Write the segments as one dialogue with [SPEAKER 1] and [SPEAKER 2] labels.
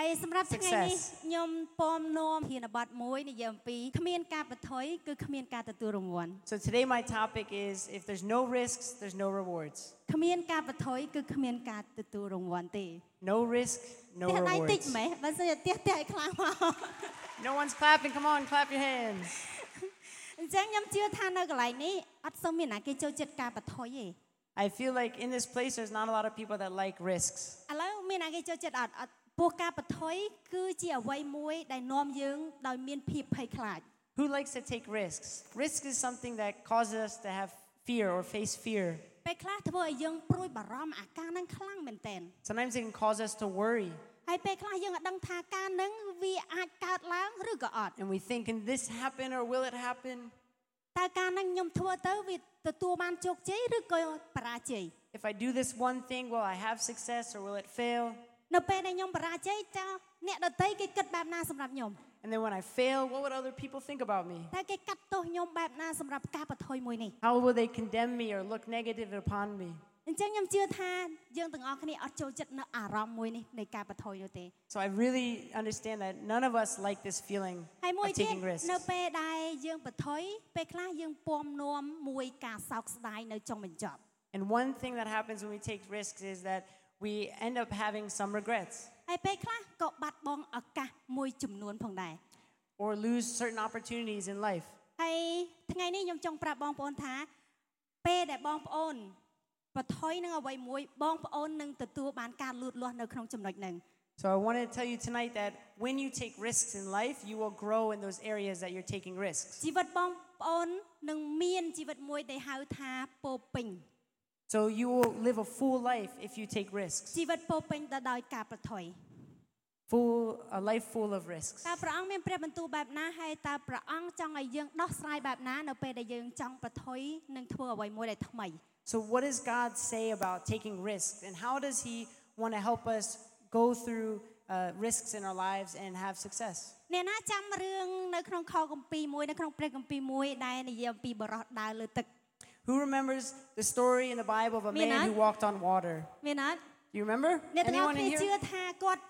[SPEAKER 1] ហើយសម្រាប់ថ្ងៃនេះ
[SPEAKER 2] Success.
[SPEAKER 1] ខ្ញុំពំនោមហ៊ានបត់មួយនិយាយអំពីគ្មានការបថុយគឺគ្មានការទទួលរង្វាន់
[SPEAKER 2] So today my topic is if there's no risks, there's no rewards.
[SPEAKER 1] គ្មានការបថុយគឺគ្មានការទទួលរង្វាន់ទេ
[SPEAKER 2] No risk, no
[SPEAKER 1] ផ្ទះដៃតិច
[SPEAKER 2] rewards.
[SPEAKER 1] ម៉េះបើសិនជាផ្ទះផ្ទះឲ្យខ្លាំង មក
[SPEAKER 2] No one's clapping. Come on, clap your hands.
[SPEAKER 1] អញ្ចឹងខ្ញុំជឿថានៅកន្លែងនេះអត់សូវមានអ្នកគេចូលចិត្តការបថុយទេ
[SPEAKER 2] I feel like in this place there's not a lot of people that like risks.
[SPEAKER 1] ឥឡូវមានអ្នកគេចូលចិត្តអត់អត់ពោះការបថុយគឺជាអ្វីមួយដែលនាំយើងដោយមានភាពភ័យខ្លាច
[SPEAKER 2] Who likes to take risks? Risk is something that causes us to have fear or face fear.
[SPEAKER 1] ពេលខ្លះធ្វើឲ្យយើងព្រួយបារម្ភអាការហ្នឹងខ្លាំងមែនតើ
[SPEAKER 2] Sometimes it can cause us to worry
[SPEAKER 1] ហើយពេលខ្លះយើងអត់ដឹងថាការហ្នឹងវាអាចកើតឡើងឬក៏អត់
[SPEAKER 2] and we think, can this happen or will it happen?
[SPEAKER 1] តើការហ្នឹងខ្ញុំធ្វើទៅវាទទួលបានជោគជ័យឬក៏បរាជ័យ
[SPEAKER 2] If I do this one thing, will I have success or will it fail?
[SPEAKER 1] នៅពេលដែលខ្ញុំបរាជ័យតើអ្នកដតីគេគិតបែបណាសម្រាប់ខ្ញុំ
[SPEAKER 2] And then when I fail, what would other people think about me?
[SPEAKER 1] តើគេកាត់ទោសខ្ញុំបែបណាសម្រាប់ការបថុយមួយនេះ
[SPEAKER 2] How will they condemn me or look negative upon me?
[SPEAKER 1] អញ្ចឹងខ្ញុំជឿថាយើងទាំងអស់គ្នាអត់ចូលចិត្តនៅអារម្មណ៍មួយនេះនៃការបថុយនោះទេ
[SPEAKER 2] So I really understand that none of us like this feeling
[SPEAKER 1] ហើយមួយ
[SPEAKER 2] of
[SPEAKER 1] ទៀត
[SPEAKER 2] taking risks.
[SPEAKER 1] នៅពេលដែលយើងបថុយពេលខ្លះយើងពំនាំមួយការសោកស្ដាយនៅចុងបញ្ចប់
[SPEAKER 2] And one thing that happens when we take risks is that we end up having some regrets
[SPEAKER 1] ហើយពេលខ្លះក៏បាត់បង់ឱកាសមួយចំនួនផងដែរ
[SPEAKER 2] or lose certain opportunities in life.
[SPEAKER 1] ហើយថ្ងៃនេះខ្ញុំចង់ប្រាប់បងប្អូនថា ពេលដែលបងប្អូនបថុយនឹងអ្វីមួយបងប្អូននឹងទទួលបានការលូតលាស់នៅក្នុងចំណុចហ្នឹង
[SPEAKER 2] So I wanted to tell you tonight that when you take risks in life, you will grow in those areas that you're taking risks.
[SPEAKER 1] ជីវិតបងប្អូននឹងមានជីវិតមួយដែលហៅថាពោរពេញ
[SPEAKER 2] So you will live a full life if you take risks.
[SPEAKER 1] ជីវិតពោរពេញទៅដោយការបថុយ
[SPEAKER 2] Full a life full of risks.
[SPEAKER 1] តើព្រះអង្គមានព្រះបន្ទូលបែបណាហើយតើព្រះអង្គចង់ឲ្យយើងដោះស្រាយបែបណានៅពេលដែលយើងចង់បថុយនិងធ្វើអ្វីមួយដែលថ្មី
[SPEAKER 2] So what does God say about taking risks and how does he want to help us go through uh, risks in our lives and have success?
[SPEAKER 1] អ្នកណាចាំរឿងនៅក្នុងខកម្ពីរមួយនៅក្នុងព្រះកម្ពីរមួយដែលនិយាយអំពីបរិសដើរលើទឹក
[SPEAKER 2] Who remembers the story in the Bible of a
[SPEAKER 1] Me
[SPEAKER 2] man
[SPEAKER 1] not.
[SPEAKER 2] who walked on water?
[SPEAKER 1] មានអត់
[SPEAKER 2] Do you remember?
[SPEAKER 1] អ្នកទាំងអស់
[SPEAKER 2] Anyone
[SPEAKER 1] គ្នា
[SPEAKER 2] in
[SPEAKER 1] ជឿ
[SPEAKER 2] here?
[SPEAKER 1] ថាគាត់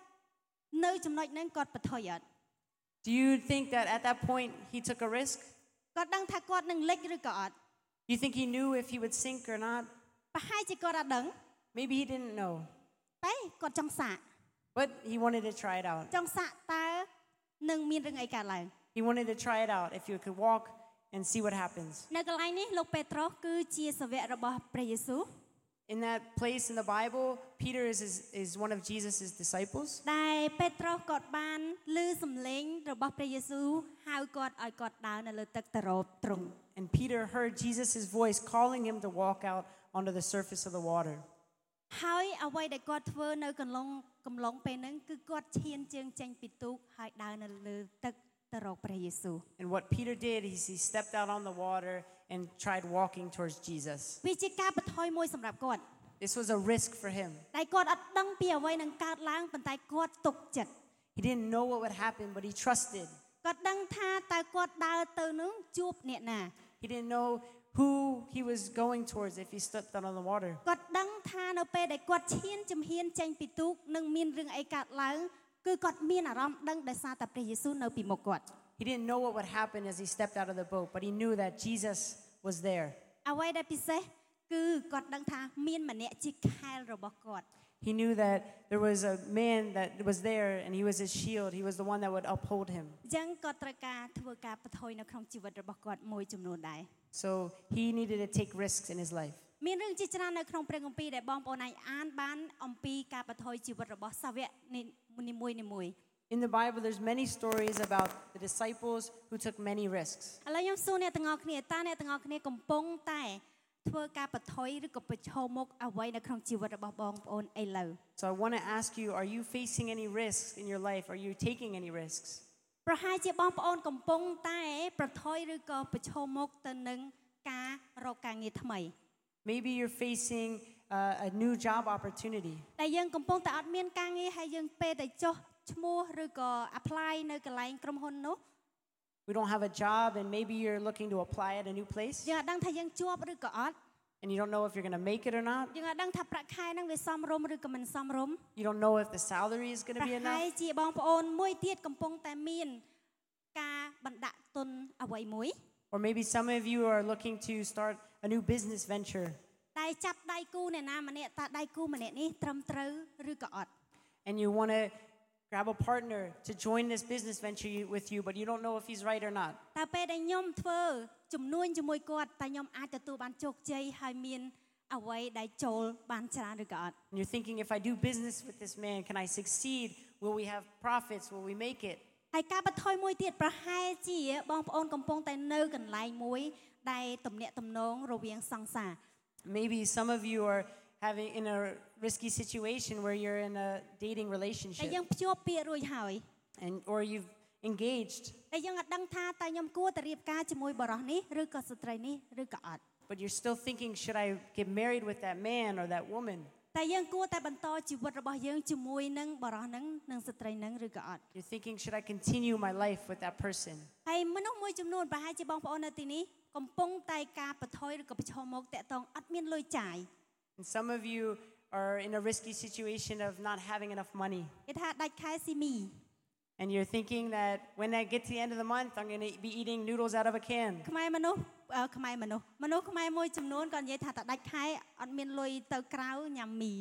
[SPEAKER 1] នៅចំណុចហ្នឹងគាត់បថុយអត់
[SPEAKER 2] Do you think that at that point he took a risk?
[SPEAKER 1] គាត់ដឹងថាគាត់នឹងលិចឬក៏អត់
[SPEAKER 2] Do you think he knew if he would sink or not?
[SPEAKER 1] ប្រហែលជាគាត់អត់ដឹង
[SPEAKER 2] Maybe he didn't know,
[SPEAKER 1] តែគាត់ចង់សាក
[SPEAKER 2] but he wanted to try it out.
[SPEAKER 1] ចង់សាកតើនឹងមានរឿងអីកើតឡើង
[SPEAKER 2] He wanted to try it out if he could walk and see what happens.
[SPEAKER 1] នៅកន្លែងនេះលោកពេត្រុសគឺជាសាវករបស់ព្រះយេស៊ូវ
[SPEAKER 2] In that place in the Bible, Peter is, is, is one of Jesus' disciples.
[SPEAKER 1] ដែលពេត្រុសគាត់បានឮសំឡេងរបស់ព្រះយេស៊ូវហៅគាត់ឲ្យគាត់ដើរនៅលើទឹកទៅរកទ្រង់
[SPEAKER 2] And Peter heard Jesus' voice calling him to walk out onto the surface of the water.
[SPEAKER 1] ហើយអ្វីដែលគាត់ធ្វើនៅកន្លងកំឡុងពេលហ្នឹងគឺគាត់ឈានជើងចេញពីទូកហើយដើរនៅលើទឹកទៅរកព្រះយេស៊ូវ
[SPEAKER 2] And what Peter did is he stepped out on the water and tried walking towards Jesus.
[SPEAKER 1] វាជាការបថុយមួយសម្រាប់គាត់
[SPEAKER 2] This was a risk for him.
[SPEAKER 1] ដែលគាត់អត់ដឹងពីអ្វីនឹងកើតឡើងប៉ុន្តែគាត់ទុកចិត្ត
[SPEAKER 2] He didn't know what would happen, but he trusted.
[SPEAKER 1] គាត់ដឹងថាតើគាត់ដើរទៅនឹងជួបអ្នកណា
[SPEAKER 2] He didn't know who he was going towards if he stepped out on the water.
[SPEAKER 1] គាត់ដឹងថានៅពេលដែលគាត់ឈានជំហានចេញពីទូកនឹងមានរឿងអីកើតឡើងគឺគាត់មានអារម្មណ៍ដឹងដោយសារតែព្រះយេស៊ូវនៅពីមុខគាត់
[SPEAKER 2] He didn't know what would happen as he stepped out of the boat, but he knew that Jesus was there.
[SPEAKER 1] អ្វីដែលពិសេសគឺគាត់ដឹងថាមានម្នាក់ជាខែលរបស់គាត់
[SPEAKER 2] He knew that there was a man that was there and he was his shield. He was the one that would uphold him.
[SPEAKER 1] អញ្ចឹងគាត់ត្រូវការធ្វើការបថុយនៅក្នុងជីវិតរបស់គាត់មួយចំនួនដែរ
[SPEAKER 2] So he needed to take risks in his life.
[SPEAKER 1] មានរឿងជាច្រើននៅក្នុងព្រះគម្ពីរដែលបងប្អូនអាចអានបានអំពីការបថុយជីវិតរបស់សាវកនីមួយៗៗ
[SPEAKER 2] In the Bible, there's many stories about the disciples who took many risks.
[SPEAKER 1] ឥឡូវខ្ញុំសួរអ្នកទាំងអស់គ្នាតើអ្នកទាំងអស់គ្នាកំពុងតែ ធ្វើការបថុយឬក៏ប្រឈមមុខអ្វីនៅក្នុងជីវិតរបស់បងប្អូនឥឡូវ
[SPEAKER 2] So I want to ask you are you facing any risks in your life? Are you taking any risks?
[SPEAKER 1] ប្រហែលជាបងប្អូនកំពុងតែប្រថុយឬក៏ប្រឈមមុខទៅនឹងការរកការងារថ្មី
[SPEAKER 2] Maybe you're facing uh, a new job opportunity.
[SPEAKER 1] ដែលយើងកំពុងតែអត់មានការងារហើយយើងពេលតែចុះឈ្មោះឬក៏ apply នៅកន្លែងក្រុមហ៊ុននោះ
[SPEAKER 2] We don't have a job, and maybe you're looking to apply at a new place,
[SPEAKER 1] យើងអត់ដឹងថាយើងជាប់ឬក៏អត់
[SPEAKER 2] and you don't know if you're going to make it or not.
[SPEAKER 1] យើងអត់ដឹងថាប្រាក់ខែហ្នឹងវាសមរម្យឬក៏មិនសមរម្យ
[SPEAKER 2] You don't know if the salary is going
[SPEAKER 1] ប្រ
[SPEAKER 2] to be
[SPEAKER 1] ហែល
[SPEAKER 2] enough.
[SPEAKER 1] ជាបងប្អូនមួយទៀតកំពុងតែមានការបណ្ដាក់ទុនអ្វីមួយ
[SPEAKER 2] Or maybe some of you are looking to start a new business venture,
[SPEAKER 1] តែចាប់ដៃគូអ្នកណាម្នាក់តើដៃគូម្នាក់នេះត្រឹមត្រូវឬក៏អត់
[SPEAKER 2] and you want to grab a partner to join this business venture you- with you, but you don't know if he's right or not.
[SPEAKER 1] តើពេលដែលខ្ញុំធ្វើជំនួញជាមួយគាត់តើខ្ញុំអាចទទួលបានជោគជ័យហើយមានអ្វីដែលចូលបានច្រើនឬក៏អត់
[SPEAKER 2] And you're thinking, if I do business with this man, can I succeed? Will we have profits? Will we make it?
[SPEAKER 1] ហើយការបថុយមួយទៀតប្រហែលជាបងប្អូនកំពុងតែនៅកន្លែងមួយដែលទំនាក់ទំនងរវាងសង្សារ
[SPEAKER 2] Maybe some of you are having in a risky situation where you're in a dating
[SPEAKER 1] តែយើង
[SPEAKER 2] relationship
[SPEAKER 1] ភ្ជាប់ពាក្យរួចហើយ
[SPEAKER 2] and or you've engaged,
[SPEAKER 1] តែយើងអត់ដឹងថាតើខ្ញុំគួរតែរៀបការជាមួយបរិសនេះឬក៏ស្ត្រីនេះឬក៏អត់
[SPEAKER 2] but you're still thinking, should I get married with that man or that woman?
[SPEAKER 1] តែយើងគួរតែបន្តជីវិតរបស់យើងជាមួយនឹងបរិសហ្នឹងនិងស្ត្រីហ្នឹងឬក៏អត់
[SPEAKER 2] You're thinking, should I continue my life with that person?
[SPEAKER 1] ហើយមនុស្សមួយចំនួនប្រហែលជាបងប្អូននៅទីនេះកំពុងតែការបថុយឬក៏ប្រឈមមុខតាក់ទងអត់មានលុយចាយ
[SPEAKER 2] And some of you are in a risky situation of not having enough money.
[SPEAKER 1] គេថាដាច់ខែស៊ីមី
[SPEAKER 2] And you're thinking that when I get to the end of the month, I'm going to be eating noodles out of a can.
[SPEAKER 1] ខ្មែរមនុស្សអឺខ្មែរមនុស្សមនុស្សខ្មែរមួយចំនួនក៏និយាយថាតើដាច់ខែអត់មានលុយទៅក្រៅញ៉ាំមី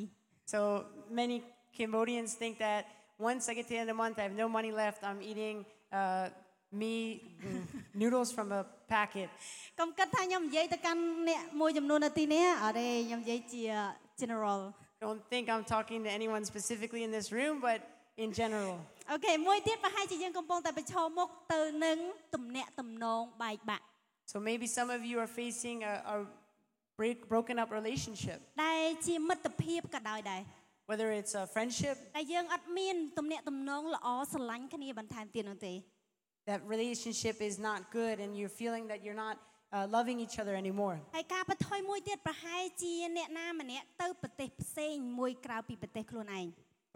[SPEAKER 2] So many Cambodians think that once I get to the end of the month, I have no money left. I'm eating uh, me mm, noodles from a packet.
[SPEAKER 1] កុំគិតថាខ្ញុំនិយាយទៅកាន់អ្នកមួយចំនួននៅទីនេះអរេខ្ញុំនិយាយជា general
[SPEAKER 2] Don't think I'm talking to anyone specifically in this room, but in general.
[SPEAKER 1] អូខេមួយទៀតប្រហែលជាយើងកំពុងតែប្រឈមមុខទៅនឹងទំនាក់ទំនងបែកបាក់
[SPEAKER 2] So maybe some of you are facing a, a break, broken up relationship,
[SPEAKER 1] ដែលជាមិត្តភាពក៏ដោយដែរ
[SPEAKER 2] whether it's a friendship,
[SPEAKER 1] តែយើងអត់មានទំនាក់ទំនងល្អស្រឡាញ់គ្នាបន្ថែមទៀតនោះទេ
[SPEAKER 2] that relationship is not good, and you're feeling that you're not uh, loving each other anymore.
[SPEAKER 1] ហើយការបថុយមួយទៀតប្រហែលជាអ្នកណាម្នាក់ទៅប្រទេសផ្សេងមួយក្រៅពីប្រទេសខ្លួនឯង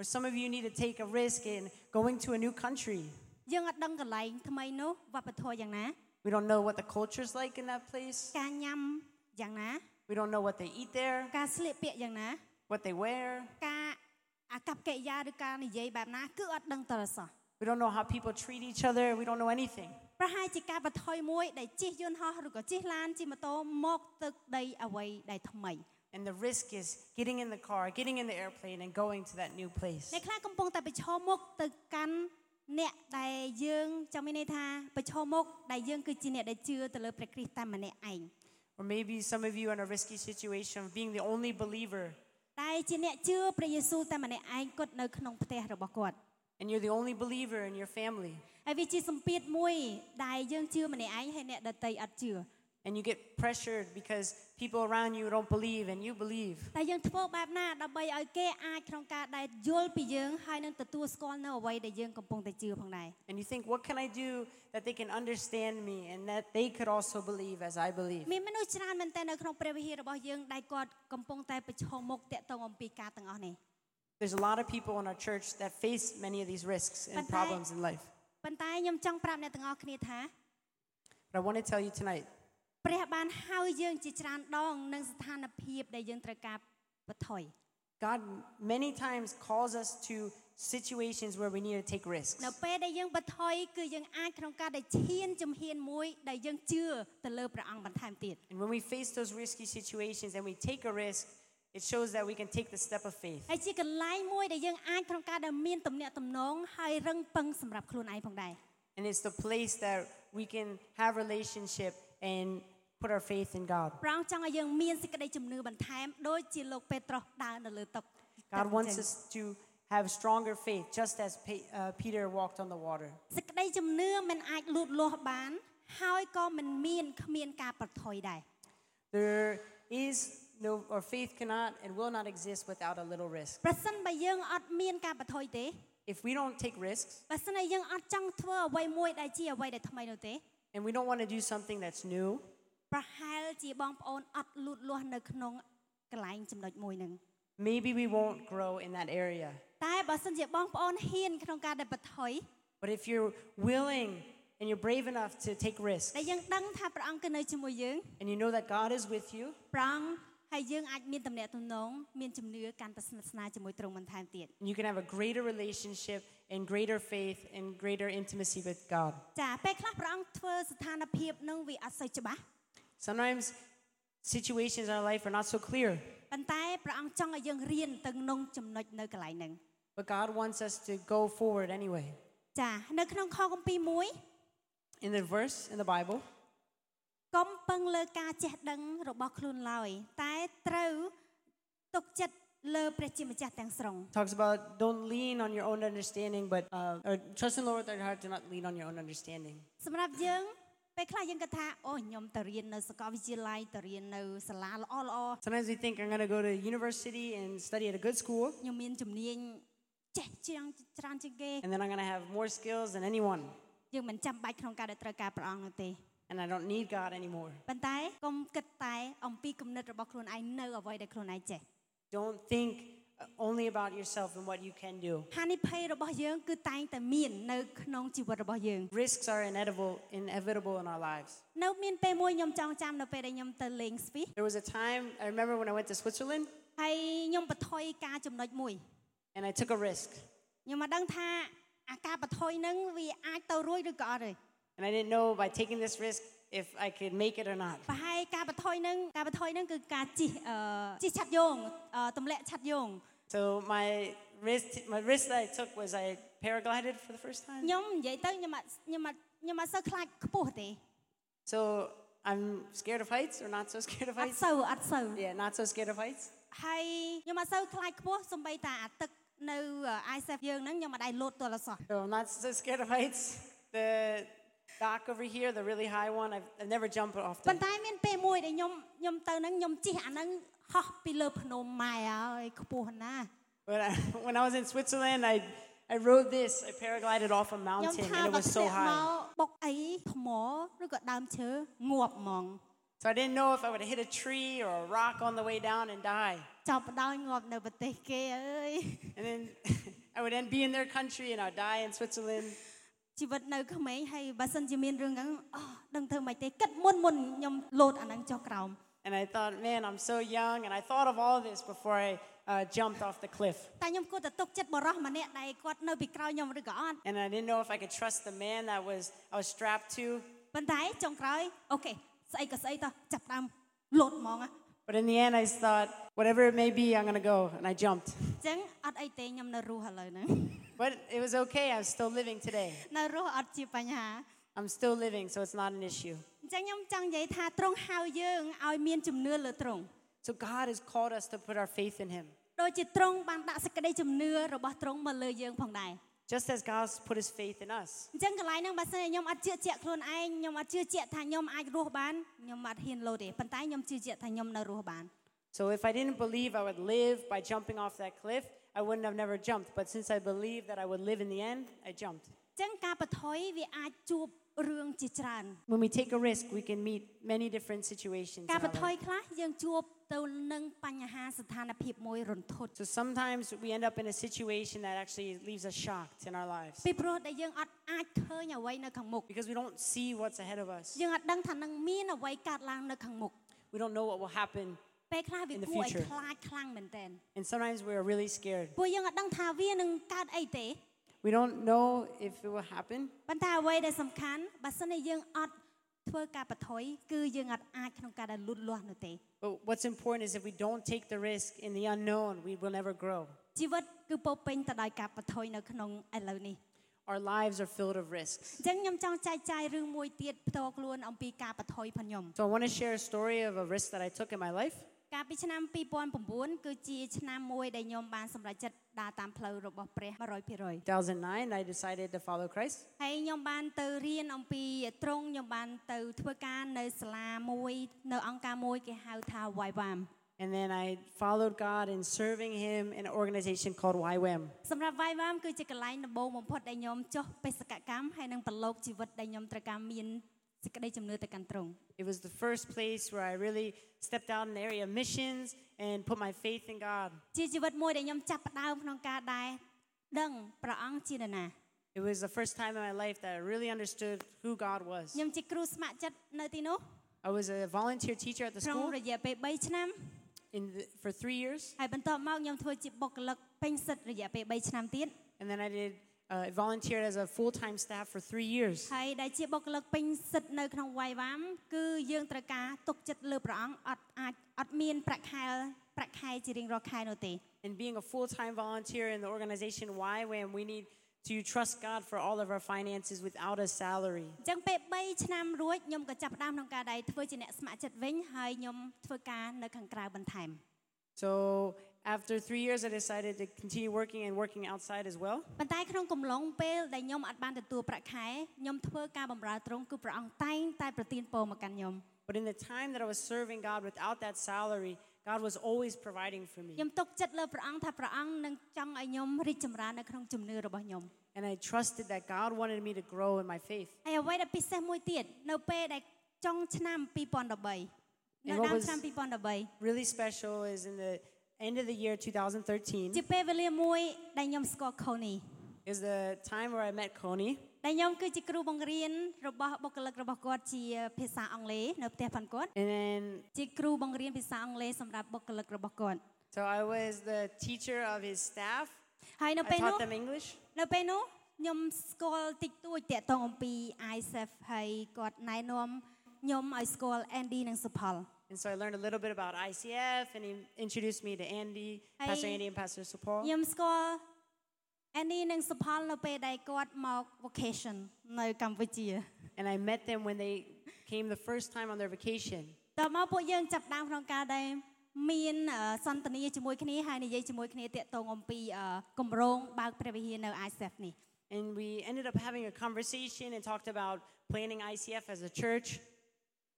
[SPEAKER 2] Or some of you need to take a risk in going to a new country.
[SPEAKER 1] យើងអត់ដឹងកន្លែងថ្មីនោះវប្បធម៌យ៉ាងណា
[SPEAKER 2] We don't know what the culture's like in that place.
[SPEAKER 1] ការញ៉ាំយ៉ាងណា
[SPEAKER 2] We don't know what they eat there,
[SPEAKER 1] ការស្លៀកពាក់យ៉ាងណា
[SPEAKER 2] what they wear.
[SPEAKER 1] ការអាកប្បកិរិយាឬការនិយាយបែបណាគឺអត់ដឹងតរសោះ
[SPEAKER 2] We don't know how people treat each other. We don't know anything.
[SPEAKER 1] ប្រហែលជាការបថុយមួយដែលជិះយន្តហោះឬក៏ជិះឡានជិះម៉ូតូមកទឹកដីអ្វីដែលថ្មី
[SPEAKER 2] And the risk is getting in the car, getting in the airplane, and going to that new place.
[SPEAKER 1] អ្នកខ្លះកំពុងតែប្រឈមមុខទៅកាន់អ្នកដែលយើងចាំមានន័យថាប្រឈមមុខដែលយើងគឺជាអ្នកដែលជឿទៅលើព្រះគ្រីស្ទតែម្នាក់ឯង
[SPEAKER 2] Or maybe some of you are in a risky situation of being the only believer,
[SPEAKER 1] តែជាអ្នកជឿព្រះយេស៊ូវតែម្នាក់ឯងគាត់នៅក្នុងផ្ទះរបស់គាត់
[SPEAKER 2] and you're the only believer in your family,
[SPEAKER 1] ហើយវាជាសម្ពាធមួយដែលយើងជឿម្នាក់ឯងហើយអ្នកដតីអត់ជឿ
[SPEAKER 2] and you get pressured because people around you don't believe, and you believe.
[SPEAKER 1] តែយើងធ្វើបែបណាដើម្បីឲ្យគេអាចក្នុងការដែលយល់ពីយើងហើយនឹងទទួលស្គាល់នៅអ្វីដែលយើងកំពុងតែជឿផងដែរ
[SPEAKER 2] And you think, what can I do that they can understand me and that they could also believe as I believe?
[SPEAKER 1] មានមនុស្សច្រើនមែនទែននៅក្នុងព្រះវិហាររបស់យើងដែលគាត់កំពុងតែប្រឈមមុខតាក់ទងអំពីការទាំងអស់នេះ
[SPEAKER 2] There's a lot of people in our church that face many of these risks and
[SPEAKER 1] But I-
[SPEAKER 2] problems in life.
[SPEAKER 1] ប៉ុន្តែខ្ញុំចង់ប្រាប់អ្នកទាំងអស់គ្នាថា
[SPEAKER 2] But I want to tell you tonight
[SPEAKER 1] ព្រះបានហៅយើងជាច្រើនដងនឹងស្ថានភាពដែលយើងត្រូវការបថុយ
[SPEAKER 2] God many times calls us to situations where we need to take risks.
[SPEAKER 1] នៅពេលដែលយើងបថុយគឺយើងអាចក្នុងការដែលឈានជំហានមួយដែលយើងជឿទៅលើព្រះអង្គបន្ថែមទៀត
[SPEAKER 2] And when we face those risky situations and we take a risk, it shows that we can take the step of faith.
[SPEAKER 1] ហើយជាកន្លែងមួយដែលយើងអាចក្នុងការដែលមានទំនាក់ទំនងហើយរឹងពឹងសម្រាប់ខ្លួនឯងផងដែរ
[SPEAKER 2] And it's the place that we can have relationship and put our faith in God.
[SPEAKER 1] ព្រះអង្គចង់ឲ្យយើងមានសេចក្តីជំនឿបន្ថែមដូចជាលោកពេត្រុសដើរនៅលើទឹក
[SPEAKER 2] God wants
[SPEAKER 1] ចឹង
[SPEAKER 2] us to have stronger faith, just as Pe- uh, Peter walked on the water.
[SPEAKER 1] សេចក្តីជំនឿมันអាចលូតលាស់បាន ហើយក៏มันមានគ្មានការបថុយដែរ
[SPEAKER 2] There is no, or faith cannot and will not exist without a little risk.
[SPEAKER 1] ប្រសិនបើយើងអត់មានការបថុយទេ
[SPEAKER 2] If we don't take risks
[SPEAKER 1] បើសិនតែយើងអត់ចង់ធ្វើអ្វីមួយដែលជាអ្វីដែលថ្មីនោះទេ
[SPEAKER 2] and we don't want to do something that's new,
[SPEAKER 1] ប្រហែលជាបងប្អូនអត់លូតលាស់នៅក្នុងកន្លែងចំណុចមួយហ្នឹង
[SPEAKER 2] maybe we won't grow in that area.
[SPEAKER 1] តែបើសិនជាបងប្អូនហ៊ានក្នុងការដែលបថុយ
[SPEAKER 2] But if you're willing and you're brave enough to take risks
[SPEAKER 1] ដែលយើងដឹងថាព្រះអង្គគឺនៅជាមួយយើង
[SPEAKER 2] and you know that God is with you,
[SPEAKER 1] ព្រះអង្គហើយយើងអាចមានតំណែងទំនងមានជំនឿកាន់តែស្និទ្ធស្នាលជាមួយទ្រង់បន្ថែមទៀត
[SPEAKER 2] you can have a greater relationship and greater faith and greater intimacy with God.
[SPEAKER 1] ចាពេលខ្លះព្រះអង្គធ្វើស្ថានភាពនឹងវាអត់សូវច្បាស់
[SPEAKER 2] Sometimes situations in our life are not so clear,
[SPEAKER 1] ប៉ុន្តែព្រះអង្គចង់ឲ្យយើងរៀនទៅក្នុងចំណុចនៅកន្លែងហ្នឹង
[SPEAKER 2] but God wants us to go forward anyway.
[SPEAKER 1] ចានៅក្នុងខគម្ពីរមួយ
[SPEAKER 2] In the verse in the Bible,
[SPEAKER 1] កុំពឹងលើការចេះដឹងរបស់ខ្លួនឡើយ តែត្រូវទុកចិត្តលើព្រះជាម្ចាស់ទាំងស្រុង
[SPEAKER 2] it talks about don't lean on your own understanding, but uh, or trust in the Lord with all your heart, do not lean on your own understanding.
[SPEAKER 1] សម្រាប់យើងពេលខ្លះយើងគិតថាអូខ្ញុំទៅរៀននៅសាកលវិទ្យាល័យទៅរៀននៅសាលាល្អល្អ
[SPEAKER 2] Sometimes we think I'm going to go to university and study at a good school,
[SPEAKER 1] ខ្ញុំមានជំនាញចេះជាងច្រើនជាងគេ
[SPEAKER 2] and then I'm going to have more skills than anyone,
[SPEAKER 1] យើងមិនចាំបាច់ក្នុងការដែលត្រូវការព្រះអង្គនោះទេ
[SPEAKER 2] and I don't need God anymore.
[SPEAKER 1] ប៉ុន្តែកុំគិតតែអំពីគំនិតរបស់ខ្លួនឯងនៅអ្វីដែលខ្លួនឯងចេះ
[SPEAKER 2] Don't think uh, only about yourself and what you can do.
[SPEAKER 1] ហានិភ័យរបស់យើងគឺតែងតែមាននៅក្នុងជីវិតរបស់យើង
[SPEAKER 2] Risks are inevitable, inevitable in our lives.
[SPEAKER 1] នៅមានពេលមួយខ្ញុំចង់ចាំនៅពេលដែលខ្ញុំទៅលេងស្វីស
[SPEAKER 2] There was a time I remember when I went to Switzerland
[SPEAKER 1] ហើយខ្ញុំបន្ថយការចំណុចមួយ
[SPEAKER 2] and I took a risk,
[SPEAKER 1] ខ្ញុំមកដឹងថាអាការបន្ថយហ្នឹងវាអាចទៅរួចឬក៏អត់ទេ
[SPEAKER 2] and I didn't know by taking this risk if I could make it or not.
[SPEAKER 1] ប្រហែលការបន្ថយហ្នឹងការបន្ថយហ្នឹងគឺការជីកអឺជីកឆាត់យងអឺទម្លាក់ឆាត់យង
[SPEAKER 2] So my risk, my risk that I took was I paraglided for the first time.
[SPEAKER 1] ខ្ញុំនិយាយទៅខ្ញុំអត់ខ្ញុំអត់ខ្ញុំអត់សូវខ្លាចខ្ពស់ទេ
[SPEAKER 2] So I'm scared of heights or not so scared of
[SPEAKER 1] អត់
[SPEAKER 2] heights.
[SPEAKER 1] សូវអត់សូវ
[SPEAKER 2] Yeah, not so scared of heights.
[SPEAKER 1] ហើយខ្ញុំអត់សូវខ្លាចខ្ពស់សំបីតាអាទឹកនៅ ISF យើងហ្នឹងខ្ញុំអត់ដែរលោតទល់អសោះ
[SPEAKER 2] So I'm not so scared of heights. The dock over here, the really high one, I've, I've never jumped off.
[SPEAKER 1] ប៉ុន្តែមានពេលមួយដែលខ្ញុំខ្ញុំទៅហ្នឹងខ្ញុំជិះអាហ្នឹងហោះពីលើភ្នំម៉ែហើយខ្ពស់ណាស់
[SPEAKER 2] But I, when I was in Switzerland, I, I rode this. I paraglided off a
[SPEAKER 1] ខ្ញុំ
[SPEAKER 2] mountain
[SPEAKER 1] ថាបើ
[SPEAKER 2] and it
[SPEAKER 1] ធ្លា
[SPEAKER 2] was so
[SPEAKER 1] ក់មក
[SPEAKER 2] high.
[SPEAKER 1] បុកអីថ្មឬក៏ដើមឈើងាប់ហ្មង
[SPEAKER 2] So I didn't know if I would have hit a tree or a rock on the way down and die.
[SPEAKER 1] ចាប់ផ្ដោយងាប់នៅប្រទេសគេអើយ
[SPEAKER 2] And then I would end be in their country and I'd die in Switzerland.
[SPEAKER 1] ជីវិតនៅក្មេងហើយបើសិនជាមានរឿងហ្នឹងអូដឹងធ្វើម៉េចទេគិតមុនមុនខ្ញុំលោតអាហ្នឹងចុះក្រោម
[SPEAKER 2] And I thought, man, I'm so young. And I thought of all this before I uh, jumped off the cliff.
[SPEAKER 1] តែខ្ញុំគួរតែទុកចិត្តបរោះម្នាក់ដែលគាត់នៅពីក្រោយខ្ញុំឬក៏អត់
[SPEAKER 2] And I didn't know if I could trust the man that was I was strapped to.
[SPEAKER 1] ប៉ុន្តែចុងក្រោយអូខេស្អីក៏ស្អីតោះចាប់ផ្ដើមលោតហ្មងហ៎
[SPEAKER 2] But in the end, I just thought, whatever it may be, I'm going to go. And I jumped.
[SPEAKER 1] អញ្ចឹងអត់អីទេខ្ញុំនៅរស់ឥឡូវហ្នឹង
[SPEAKER 2] But it was okay. I'm still living today.
[SPEAKER 1] នៅរស់អត់ជាបញ្ហា
[SPEAKER 2] I'm still living, so it's not an issue.
[SPEAKER 1] អញ្ចឹងខ្ញុំចង់និយាយថាទ្រង់ហៅយើងឲ្យមានជំនឿលើទ្រង់
[SPEAKER 2] So God has called us to put our faith in Him.
[SPEAKER 1] ដូចជាទ្រង់បានដាក់សេចក្តីជំនឿរបស់ទ្រង់មកលើយើងផងដែរ
[SPEAKER 2] Just as God's put His faith in us.
[SPEAKER 1] អញ្ចឹងកន្លែងហ្នឹងបើសិនជាខ្ញុំអត់ជឿជាក់ខ្លួនឯងខ្ញុំអត់ជឿជាក់ថាខ្ញុំអាចរស់បានខ្ញុំអត់ហ៊ានលោតទេប៉ុន្តែខ្ញុំជឿជាក់ថាខ្ញុំនៅរស់បាន
[SPEAKER 2] So if I didn't believe I would live by jumping off that cliff, I wouldn't have never jumped. But since I believed that I would live in the end, I jumped.
[SPEAKER 1] អញ្ចឹងការបថុយវាអាចជួបរឿងជាច្រើន
[SPEAKER 2] When we take a risk, we can meet many different situations. in
[SPEAKER 1] ការ
[SPEAKER 2] our
[SPEAKER 1] បថុយ
[SPEAKER 2] life.
[SPEAKER 1] ខ្លះយើងជួបទៅនឹងបញ្ហាស្ថានភាពមួយរន្ធត់
[SPEAKER 2] So sometimes we end up in a situation that actually leaves us shocked in our lives
[SPEAKER 1] ពីព្រោះដែលយើងអត់អាចឃើញអ្វីនៅខាងមុខ
[SPEAKER 2] because we don't see what's ahead of us.
[SPEAKER 1] យើងអត់ដឹងថានឹងមានអ្វីកើតឡើងនៅខាងមុខ
[SPEAKER 2] We don't know what will happen.
[SPEAKER 1] ពេលខ្លះវា
[SPEAKER 2] In the
[SPEAKER 1] គួរឲ្យ
[SPEAKER 2] future.
[SPEAKER 1] ខ្លាចខ្លាំងមែនទែន
[SPEAKER 2] And sometimes we are really scared.
[SPEAKER 1] ពួកយើងអត់ដឹងថាវានឹងកើតអីទេ
[SPEAKER 2] We don't know if it will happen.
[SPEAKER 1] ប៉ុន្តែអ្វីដែលសំខាន់បើសិនជាយើងអត់ធ្វើការបថុយគឺយើងអត់អាចក្នុងការដែលលូតលាស់នោះទេ
[SPEAKER 2] But what's important is if we don't take the risk in the unknown, we will never grow.
[SPEAKER 1] ជីវិតគឺពោរពេញទៅដោយការបថុយនៅក្នុងឥឡូវនេះ
[SPEAKER 2] Our lives are filled of risks.
[SPEAKER 1] អញ្ចឹងខ្ញុំចង់ចែកចាយរឿងមួយទៀតផ្ទាល់ខ្លួនអំពីការបថុយផងខ្ញុំ
[SPEAKER 2] So I want to share a story of a risk that I took in my life.
[SPEAKER 1] កាលពីឆ្នាំ2009គឺជាឆ្នាំមួយដែលខ្ញុំបានសម្រេចចិត្ត ដើរតាមផ្លូវរបស់ព្រះ100%
[SPEAKER 2] 2009, I decided to follow Christ.
[SPEAKER 1] ហើយខ្ញុំបានទៅរៀនអំពីត្រង់ខ្ញុំបានទៅធ្វើការនៅសាលាមួយនៅអង្គការមួយគេហៅថា YWAM
[SPEAKER 2] And then I followed God in serving Him in an organization called YWAM.
[SPEAKER 1] សម្រាប់ YWAM គឺជាកន្លែងដំបូងបំផុតដែលខ្ញុំចុះបេសកកម្មហើយនឹងប្រឡូកជីវិតដែលខ្ញុំត្រូវការមានសេចក្តីជំនឿទៅកាន់ត្រង់
[SPEAKER 2] It was the first place where I really stepped out in the area of missions and put my faith in God.
[SPEAKER 1] ជាជីវិតមួយដែលខ្ញុំចាប់ផ្ដើមក្នុងការដែរដឹងព្រះអង្គជានរណា
[SPEAKER 2] It was the first time in my life that I really understood who God was.
[SPEAKER 1] ខ្ញុំជាគ្រូស្ម័គ្រចិត្តនៅទីនោះ
[SPEAKER 2] I was a volunteer teacher at the
[SPEAKER 1] ក្នុង
[SPEAKER 2] school
[SPEAKER 1] រយៈពេល3ឆ្នាំ
[SPEAKER 2] in the, for three years,
[SPEAKER 1] ហើយបន្ទាប់មកខ្ញុំធ្វើជាបុគ្គលិកពេញសិទ្ធិរយៈពេល3ឆ្នាំទៀត
[SPEAKER 2] and then I did uh, volunteered as a full time staff for three years.
[SPEAKER 1] ហើយដែលជាបុគ្គលិកពេញសិទ្ធិនៅក្នុងវាយវ៉ាំគឺយើងត្រូវការទុកចិត្តលើព្រះអង្គអត់អាចអត់មានប្រាក់ខែប្រាក់ខែជារៀងរាល់ខែនោះទេ
[SPEAKER 2] And being a full time volunteer in the organization YWAM, we need to trust God for all of our finances without a salary.
[SPEAKER 1] អញ្ចឹងពេល3ឆ្នាំរួចខ្ញុំក៏ចាប់ផ្ដើមក្នុងការដែរធ្វើជាអ្នកស្ម័គ្រចិត្តវិញហើយខ្ញុំធ្វើការនៅខាងក្រៅបន្ថែម
[SPEAKER 2] So after three years, I decided to continue working and working outside as well.
[SPEAKER 1] ប៉ុន្តែក្នុងកំឡុងពេលដែលខ្ញុំអត់បានទទួលប្រាក់ខែខ្ញុំធ្វើការបម្រើត្រង់គឺព្រះអង្គតែងតែប្រទានពរមកកាន់ខ្ញុំ
[SPEAKER 2] But in the time that I was serving God without that salary, God was always providing for me.
[SPEAKER 1] ខ្ញុំទុកចិត្តលើព្រះអង្គថាព្រះអង្គនឹងចង់ឲ្យខ្ញុំរីកចម្រើននៅក្នុងជំនឿរបស់ខ្ញុំ
[SPEAKER 2] And I trusted that God wanted me to grow in my faith.
[SPEAKER 1] ហើយអ្វីដែលពិសេសមួយទៀតនៅពេលដែលចុងឆ្នាំ2013នៅ
[SPEAKER 2] what
[SPEAKER 1] ដើម
[SPEAKER 2] was-
[SPEAKER 1] ឆ្នាំ
[SPEAKER 2] Really special is in the end of the year 2013
[SPEAKER 1] 2013ជាពេលវេលាមួយដែលខ្ញុំស្គាល់ខូនី
[SPEAKER 2] is the time where I met Connie.
[SPEAKER 1] ដែលខ្ញុំគឺជាគ្រូបង្រៀនរបស់បុគ្គលិករបស់គាត់ជាភាសាអង់គ្លេសនៅផ្ទះផាន់គាត់
[SPEAKER 2] And then,
[SPEAKER 1] ជាគ្រូបង្រៀនភាសាអង់គ្លេសសម្រាប់បុគ្គលិករបស់គាត់
[SPEAKER 2] so I was the teacher of his staff.
[SPEAKER 1] ហើយនៅ
[SPEAKER 2] I
[SPEAKER 1] ពេលនោះ
[SPEAKER 2] taught them English.
[SPEAKER 1] នៅពេលនោះខ្ញុំស្គាល់តិចតួចតាក់ទងអំពី ISF ហើយគាត់ណែនាំខ្ញុំឲ្យស្គាល់ Andy និង Supal
[SPEAKER 2] And so I learned a little bit about ICF, and he introduced me to Andy, Pastor
[SPEAKER 1] Hey.
[SPEAKER 2] Andy, and Pastor Sapol.
[SPEAKER 1] ខ្ញុំស្គាល់ Andy និង Supal នៅពេលដែលគាត់មក vacation នៅកម្ពុជា
[SPEAKER 2] And I met them when they came the first time on their vacation.
[SPEAKER 1] តមកពួកយើងចាប់ផ្ដើមក្នុងការដែលមានអឺសន្ទនាជាមួយគ្នាហើយនិយាយជាមួយគ្នាតាក់ទងអំពីអឺគម្រោងបើកព្រះវិហារនៅ ISF នេះ
[SPEAKER 2] And we ended up having a conversation and talked about planning ICF as a church.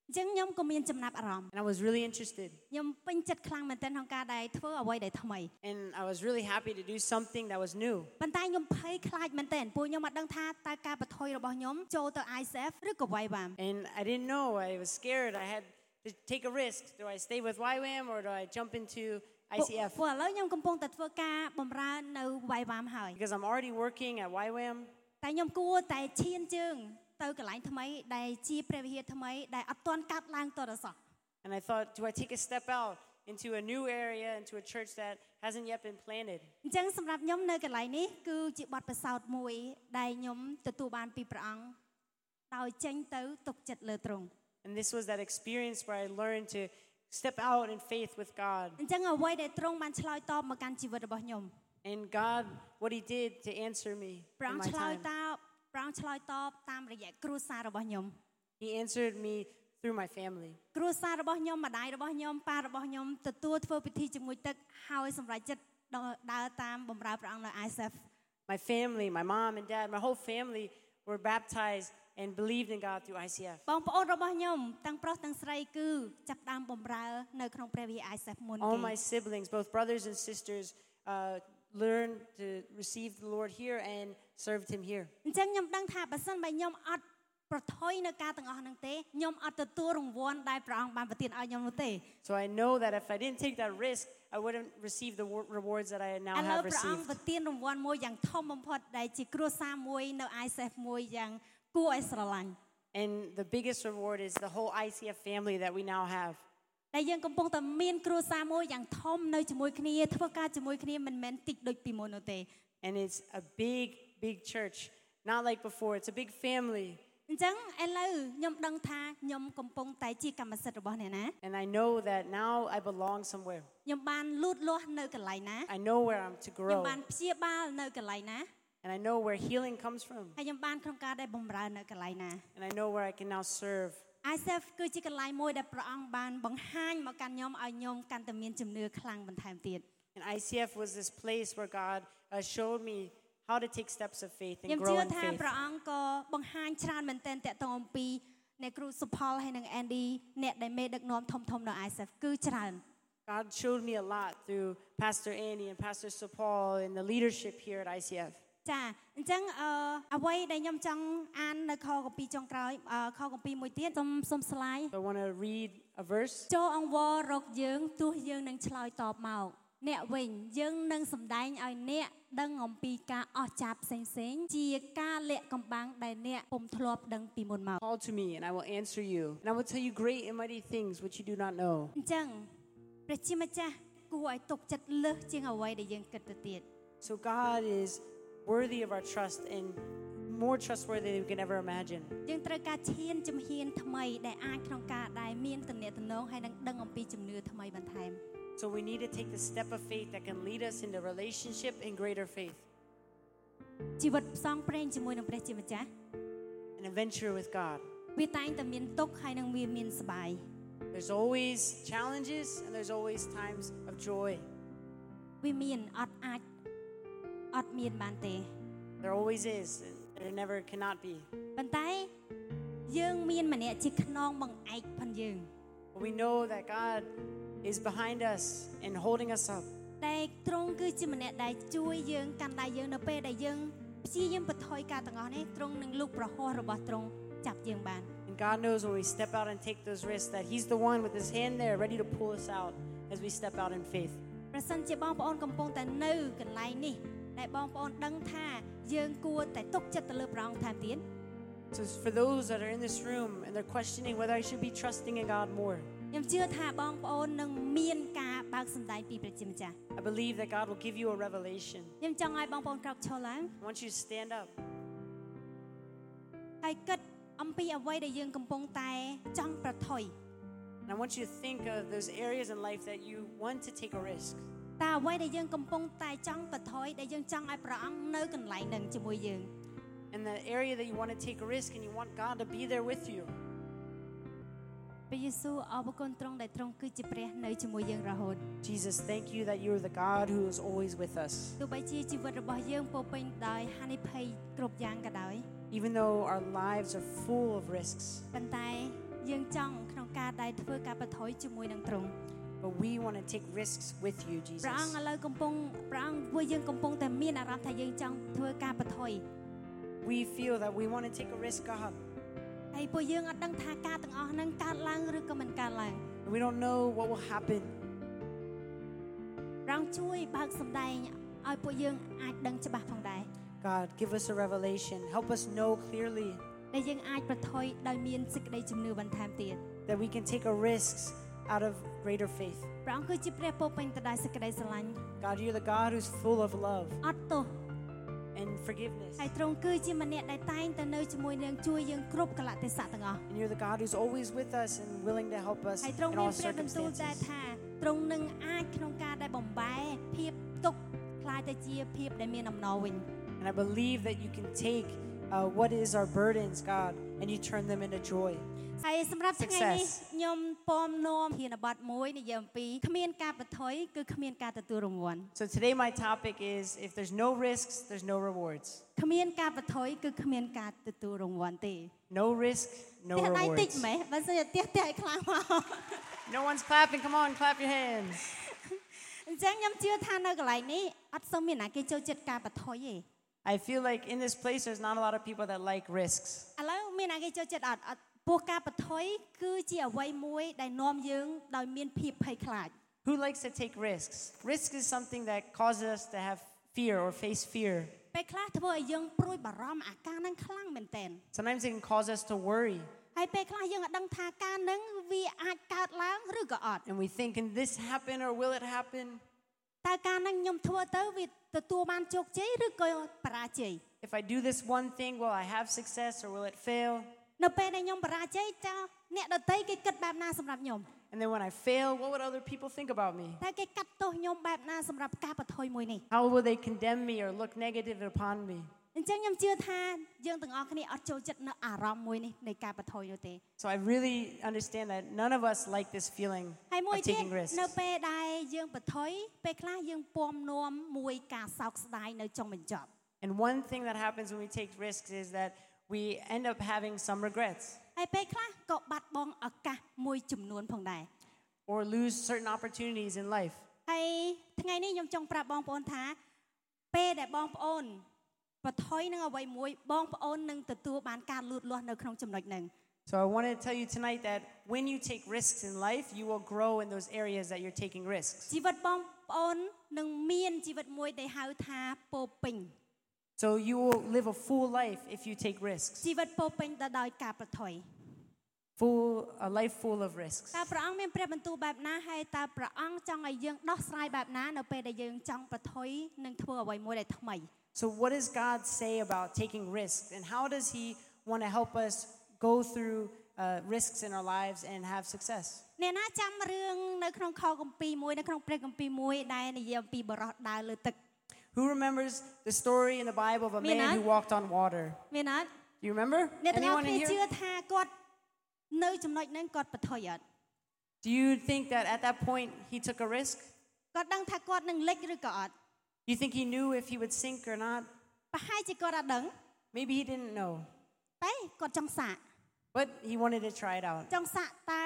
[SPEAKER 1] អញ្ចឹងខ្ញុំក៏មានចំណាប់អារម្មណ៍
[SPEAKER 2] And I was really interested.
[SPEAKER 1] ខ្ញុំពេញចិត្តខ្លាំងមែនទែនក្នុងការដែលធ្វើអ្វីដែលថ្មី
[SPEAKER 2] And I was really happy to do something that was new.
[SPEAKER 1] ប៉ុន្តែខ្ញុំភ័យខ្លាចមែនទែនព្រោះខ្ញុំមិនដឹងថាតើការបន្ថយរបស់ខ្ញុំចូលទៅ ISF ឬក៏ YWAM
[SPEAKER 2] And I didn't know. I was scared. I had to take a risk. Do I stay with YWAM or do I jump into
[SPEAKER 1] ព្រោះ
[SPEAKER 2] ICF?
[SPEAKER 1] ព្រោះឥឡូវខ្ញុំកំពុងតែធ្វើការបម្រើនៅ YWAM ហើយ
[SPEAKER 2] Because I'm already working at YWAM.
[SPEAKER 1] តែខ្ញុំគួរតែឈានជើងទៅកន្លែងថ្មីដែលជាព្រះវិហារថ្មីដែលអត់ទាន់កាត់ឡើងតរសោះ
[SPEAKER 2] And I thought, do I take a step out into a new area, into a church that hasn't yet been planted?
[SPEAKER 1] អញ្ចឹងសម្រាប់ខ្ញុំនៅកន្លែងនេះគឺជាបទពិសោធន៍មួយដែលខ្ញុំទទួលបានពីព្រះអង្គដោយចេញទៅទុកចិត្តលើទ្រង់
[SPEAKER 2] And this was that experience where I learned to step out in faith with God.
[SPEAKER 1] អញ្ចឹងអ្វីដែលទ្រង់បានឆ្លើយតបមកកាន់ជីវិតរបស់ខ្ញុំ
[SPEAKER 2] And God, what He did to answer me
[SPEAKER 1] ព្រះអ
[SPEAKER 2] in
[SPEAKER 1] ង្គ
[SPEAKER 2] my
[SPEAKER 1] ឆ្លើយ
[SPEAKER 2] time.
[SPEAKER 1] តបព្រះអង្គឆ្លើយតបតាមរយៈគ្រួសាររបស់ខ្ញុំ
[SPEAKER 2] He answered me through my family.
[SPEAKER 1] គ្រួសាររបស់ខ្ញុំម្ដាយរបស់ខ្ញុំប៉ារបស់ខ្ញុំទទួលធ្វើពិធីជាមួយទឹកហើយសម្រេចចិត្តដើរតាមបម្រើព្រះអង្គនៅ ISF
[SPEAKER 2] My family, my mom and dad, my whole family were baptized and believed in God through ICF.
[SPEAKER 1] បងប្អូនរបស់ខ្ញុំទាំងប្រុសទាំងស្រីគឺចាប់ផ្ដើមបម្រើនៅក្នុងព្រះវិហារ ISF មុនគេ
[SPEAKER 2] All my siblings, both brothers and sisters, uh, learned to receive the Lord here and served Him here.
[SPEAKER 1] អញ្ចឹងខ្ញុំដឹងថាបើសិនបើខ្ញុំអត់ប្រថុយនៅការទាំងអស់ហ្នឹងទេខ្ញុំអត់ទទួលរង្វាន់ដែលព្រះអង្គបានប្រទានឲ្យខ្ញុំនោះទេ
[SPEAKER 2] So I know that if I didn't take that risk, I wouldn't receive the wor- rewards that I now
[SPEAKER 1] ឥឡូវ
[SPEAKER 2] have
[SPEAKER 1] ព្រះអង្គ
[SPEAKER 2] received.
[SPEAKER 1] ប្រទានរង្វាន់មួយយ៉ាងធំបំផុតដែលជាគ្រួសារមួយនៅ ISF មួយយ៉ាងគួរឲ្យស្រឡាញ់
[SPEAKER 2] And the biggest reward is the whole ICF family that we now have.
[SPEAKER 1] ដែលយើងកំពុងតែមានគ្រួសារមួយយ៉ាងធំនៅជាមួយគ្នាធ្វើការជាមួយគ្នាមិនមែនតិចដូចពីមុននោះទេ
[SPEAKER 2] And it's a big, big church. Not like before, it's a big family.
[SPEAKER 1] អញ្ចឹងឥឡូវខ្ញុំដឹងថាខ្ញុំកំពុងតែជាកម្មសិទ្ធិរបស់អ្នកណា
[SPEAKER 2] And I know that now I belong somewhere.
[SPEAKER 1] ខ្ញុំបានលូតលាស់នៅកន្លែងណា
[SPEAKER 2] I know where I'm to
[SPEAKER 1] ខ្ញុំ
[SPEAKER 2] grow.
[SPEAKER 1] បានព្យាបាលនៅកន្លែងណា
[SPEAKER 2] And I know where healing comes from.
[SPEAKER 1] ហើយខ្ញុំបានក្នុងការដែលបំរើនៅកន្លែងណា
[SPEAKER 2] And I know where I can now serve.
[SPEAKER 1] ISF គឺជាកន្លែងមួយដែលព្រះអង្គបានបង្ហាញមកកាន់ខ្ញុំឲ្យខ្ញុំកាន់តែមានជំនឿខ្លាំងបន្ថែមទៀត
[SPEAKER 2] And ICF was this place where God uh, showed me how to take steps of faith
[SPEAKER 1] ខ្ញុំ
[SPEAKER 2] and
[SPEAKER 1] ជឿ
[SPEAKER 2] grow in
[SPEAKER 1] ថា
[SPEAKER 2] faith.
[SPEAKER 1] ព្រះអង្គក៏បង្ហាញច្រើនមែនទែនតកតងអំពីអ្នកគ្រូសុផលហើយនិង Andy អ្នកដែលមេដឹកនាំធំៗនៅ ICF គឺច្រើន
[SPEAKER 2] God showed me a lot through Pastor Andy and Pastor Sapal and the leadership here at ICF.
[SPEAKER 1] ចាអញ្ចឹងអឺអ្វីដែលខ្ញុំចង់អាននៅខកពីចុងក្រោយអឺខកពីមួយទៀតសូមសូមស្លាយ
[SPEAKER 2] So I want to read a verse.
[SPEAKER 1] ចូលអង្វររកយើងទោះយើងនឹងឆ្លើយតបមកអ្នកវិញយើងនឹងសម្ដែងឲ្យអ្នកដឹងអំពីការអស្ចារ្យផ្សេងផ្សេងៗជាការលាក់កំបាំងដែលអ្នកពុំធ្លាប់ដឹងពីមុនមក
[SPEAKER 2] Call to me, and I will answer you, and I will tell you great and mighty things which you do not know.
[SPEAKER 1] អញ្ចឹងព្រះជាម្ចាស់គួរឲ្យទុកចិត្តលើសជាងអ្វីដែលយើងគិតទៅទៀត
[SPEAKER 2] So God is worthy of our trust and more trustworthy than we can ever imagine.
[SPEAKER 1] យើងត្រូវការឈានជំហានថ្មីដែលអាចក្នុងការដែលមានតំណែងតំណងហើយនឹងដឹងអំពីជំនឿថ្មីបន្ថែម
[SPEAKER 2] So we need to take the step of faith that can lead us into relationship and greater faith,
[SPEAKER 1] ជីវិតផ្សងព្រេងជាមួយនឹងព្រះជាម្ចាស់
[SPEAKER 2] an adventure with God.
[SPEAKER 1] វាតែងតែមានទុកខហើយនឹងវាមានសបាយ
[SPEAKER 2] There's always challenges and there's always times of joy.
[SPEAKER 1] វាមានអត់អាចអត់មានបានទេ
[SPEAKER 2] There always is, and there never cannot be.
[SPEAKER 1] ប៉ុន្តែយើងមានម្នាក់ជាខ្នងបង្អែកផនយើង
[SPEAKER 2] But we know that God is behind us and holding us up.
[SPEAKER 1] តែទ្រង់គឺជាម្នាក់ដែលជួយយើងកាន់ដៃយើងនៅពេលដែលយើងព្យាយាមបន្ថយការទាំងអស់នេះទ្រង់នឹងលុបប្រហោះរបស់ទ្រង់ចាប់យើងបាន
[SPEAKER 2] And God knows when we step out and take those risks that He's the one with His hand there ready to pull us out as we step out in faith.
[SPEAKER 1] ប្រសិនជាបងប្អូនកំពុងតែនៅកន្លែងនេះដែលបងប្អូនដឹងថាយើងគួរតែទុកចិត្តទៅលើព្រះអង្គថែមទៀត
[SPEAKER 2] So, it's for those that are in this room and they're questioning whether I should be trusting in God more,
[SPEAKER 1] ខ្ញុំជឿថាបងប្អូននឹងមានការបើកសម្ដែងពីព្រះជាម្ចាស់
[SPEAKER 2] I believe that God will give you a revelation.
[SPEAKER 1] ខ្ញុំចង់ឲ្យបងប្អូនក្រោកឈរឡើង
[SPEAKER 2] I want you to stand up
[SPEAKER 1] ហើយគិតអំពីអ្វីដែលយើងកំពុងតែចង់ប្រថុយ
[SPEAKER 2] and I want you to think of those areas in life that you want to take a risk.
[SPEAKER 1] តើអ្វីដែលយើងកំពុងតែចង់ប្រថុយដែលយើងចង់ឲ្យព្រះអង្គនៅកន្លែងនឹងជាមួយយើង
[SPEAKER 2] And the area that you want to take a risk and you want God to be there with you.
[SPEAKER 1] ព្រះយេស៊ូវអបគុណទ្រង់ដែលទ្រង់គឺជាព្រះនៅជាមួយយើងរហូត
[SPEAKER 2] Jesus, thank you that you are the God who is always with us.
[SPEAKER 1] ទោះបីជាជីវិតរបស់យើងពោរពេញដោយហានិភ័យគ្រប់យ៉ាងក៏ដោយ
[SPEAKER 2] Even though our lives are full of risks,
[SPEAKER 1] ប៉ុន្តែយើងចង់ក្នុងការដែលធ្វើការប្រថុយជាមួយនឹងទ្រង់
[SPEAKER 2] but we want to take risks with you,
[SPEAKER 1] ព្រះអង្គ
[SPEAKER 2] Jesus.
[SPEAKER 1] ឥឡូវកំពុងព្រះអង្គពួកយើងកំពុងតែមានអារម្មណ៍ថាយើងចង់ធ្វើការប្រថុយ
[SPEAKER 2] We feel that we want to take a risk, God.
[SPEAKER 1] ហើយពួកយើងអត់ដឹងថាការទាំងអស់ហ្នឹងកើតឡើងឬក៏មិនកើតឡើង
[SPEAKER 2] We don't know what will happen.
[SPEAKER 1] ព្រះអង្គជួយបើកសម្ដែងឲ្យពួកយើងអាចដឹងច្បាស់ផងដែរ
[SPEAKER 2] God, give us a revelation. Help us know clearly
[SPEAKER 1] ដែលយើងអាចប្រថុយដោយមានសេចក្តីជំនឿបន្ថែមទៀត
[SPEAKER 2] that we can take a risks out of greater faith.
[SPEAKER 1] ព្រះអង្គគឺជាព្រះពោរពេញទៅដោយសេចក្តីស្រឡាញ់
[SPEAKER 2] God, you're the God who's full of love
[SPEAKER 1] អត់ទោស
[SPEAKER 2] and forgiveness.
[SPEAKER 1] ហើយទ្រង់គឺជាម្នាក់ដែលតែងតែនៅជាមួយនឹងជួយយើងគ្រប់កលៈទេសៈទាំងអស់
[SPEAKER 2] And you're the God who's always with us and willing to help us
[SPEAKER 1] ហើយ
[SPEAKER 2] in
[SPEAKER 1] ទ្រង់មា
[SPEAKER 2] all
[SPEAKER 1] នព្រះបន្ទូលដែរ
[SPEAKER 2] circumstances.
[SPEAKER 1] ថាទ្រង់នឹងអាចក្នុងការដែលបំបែភាពទុកខខ្លាយទៅជាភាពដែលមានអំណរវិញ
[SPEAKER 2] And I believe that you can take uh, what is our burdens, God, and you turn them into joy.
[SPEAKER 1] ហើយសម្រាប់ថ្ងៃនេះ
[SPEAKER 2] Success.
[SPEAKER 1] ខ្ញុំពំនាំធានបတ်មួយនិយាយអំពីគ្មានការប្រថុយគឺគ្មានការទទួលរង្វាន់
[SPEAKER 2] So today my topic is if there's no risks, there's no rewards.
[SPEAKER 1] គ្មានការប្រថុយគឺគ្មានការទទួលរង្វាន់ទេ
[SPEAKER 2] No risk, no
[SPEAKER 1] ផ្ទះដៃតិច
[SPEAKER 2] rewards.
[SPEAKER 1] មែនបើសិនជាផ្ទះផ្ទះឲ្យខ្លាំងមក
[SPEAKER 2] No one's clapping. Come on, clap your hands.
[SPEAKER 1] អញ្ចឹងខ្ញុំជឿថានៅកន្លែងនេះអត់សូវមានអ្នកគេចូលចិត្តការប្រថុយទេ
[SPEAKER 2] I feel like in this place there's not a lot of people that like risks.
[SPEAKER 1] ឥឡូវមានអ្នកគេចូលចិត្តអត់អត់ពោះការប្រថុយគឺជាអ្វីមួយដែលនាំយើងដោយមានភាពភ័យខ្លាច
[SPEAKER 2] Who likes to take risks? Risk is something that causes us to have fear or face fear.
[SPEAKER 1] ពេលខ្លះធ្វើឲ្យយើងព្រួយបារម្ភអាការហ្នឹងខ្លាំងមែនតើ
[SPEAKER 2] Sometimes it can cause us to worry
[SPEAKER 1] ហើយពេលខ្លះយើងអត់ដឹងថាការហ្នឹងវាអាចកើតឡើងឬក៏អត់
[SPEAKER 2] and we think, can this happen or will it happen?
[SPEAKER 1] តើការហ្នឹងខ្ញុំធ្វើទៅវាទទួលបានជោគជ័យឬក៏បរាជ័យ
[SPEAKER 2] If I do this one thing, will I have success or will it fail?
[SPEAKER 1] នៅពេលដែលខ្ញុំបរាជ័យតើអ្នកដតីគេគិតបែបណាសម្រាប់ខ្ញុំ
[SPEAKER 2] And then when I fail, what would other people think about me?
[SPEAKER 1] តើគេកាត់ទោសខ្ញុំបែបណាសម្រាប់ការប្រថុយមួយនេះ
[SPEAKER 2] How will they condemn me or look negative upon me?
[SPEAKER 1] អ អញ្ចឹងខ្ញុំជឿថាយើងទាំងអស់គ្នាអត់ចូលចិត្តនៅអារម្មណ៍មួយនេះនៃការបថយនោះទេ
[SPEAKER 2] So I really understand that none of us like this feeling
[SPEAKER 1] ហើយមួយ
[SPEAKER 2] of
[SPEAKER 1] ទៀត
[SPEAKER 2] taking risks.
[SPEAKER 1] នៅពេលដែលយើងបថុយពេលខ្លះយើងពំនោមមួយការសោកស្ដាយនៅចុងបញ្ចប់
[SPEAKER 2] And one thing that happens when we take risks is that we end up having some regrets
[SPEAKER 1] ហើយពេលខ្លះក៏បាត់បង់ឱកាសមួយចំនួនផងដែរ
[SPEAKER 2] or lose certain opportunities in life.
[SPEAKER 1] ហើយថ្ងៃនេះខ្ញុំចង់ប្រាប់បងប្អូនថា ពេលដែលបងប្អូនបថុយនឹងអ្វីមួយបងប្អូននឹងទទួលបានការលូតលាស់នៅក្នុងចំណុចហ្នឹង
[SPEAKER 2] So I want to tell you tonight that when you take risks in life, you will grow in those areas that you're taking risks.
[SPEAKER 1] ជីវិតបងប្អូននឹងមានជីវិតមួយដែលហៅថាពោរពេញ
[SPEAKER 2] So you will live a full life if you take risks.
[SPEAKER 1] ជីវិតពោរពេញទៅដោយការបថុយ
[SPEAKER 2] Full a life full of risks.
[SPEAKER 1] តើព្រះអង្គមានព្រះបន្ទូលបែបណាហើយតើព្រះអង្គចង់ឲ្យយើងដោះស្រាយបែបណានៅពេលដែលយើងចង់ប្រថុយនិងធ្វើអ្វីមួយដែលថ្មី
[SPEAKER 2] So what does God say about taking risks and how does he want to help us go through uh, risks in our lives and have success?
[SPEAKER 1] អ្នកណាចាំរឿងនៅក្នុងខគម្ពីរមួយនៅក្នុងព្រះគម្ពីរមួយដែលនិយាយអំពីបរិសដើរលើទឹក
[SPEAKER 2] Who remembers the story in the Bible of a
[SPEAKER 1] Me and
[SPEAKER 2] man
[SPEAKER 1] I.
[SPEAKER 2] who walked on water?
[SPEAKER 1] មានអត់
[SPEAKER 2] Do you remember?
[SPEAKER 1] អ្នកទាំងអស់
[SPEAKER 2] Anyone
[SPEAKER 1] គ្នា
[SPEAKER 2] in
[SPEAKER 1] ជឿ
[SPEAKER 2] here?
[SPEAKER 1] ថាគាត់នៅចំណុចហ្នឹងគាត់ប្រថុយអត់
[SPEAKER 2] Do you think that at that point he took a risk?
[SPEAKER 1] គាត់ដឹងថាគាត់នឹងលិចឬក៏អត់
[SPEAKER 2] You think he knew if he would sink or not?
[SPEAKER 1] ប្រហែលជាគាត់អត់ដឹង
[SPEAKER 2] Maybe he didn't know,
[SPEAKER 1] តែគាត់ចង់សាក
[SPEAKER 2] but he wanted to try it out.
[SPEAKER 1] ចង់សាកតើ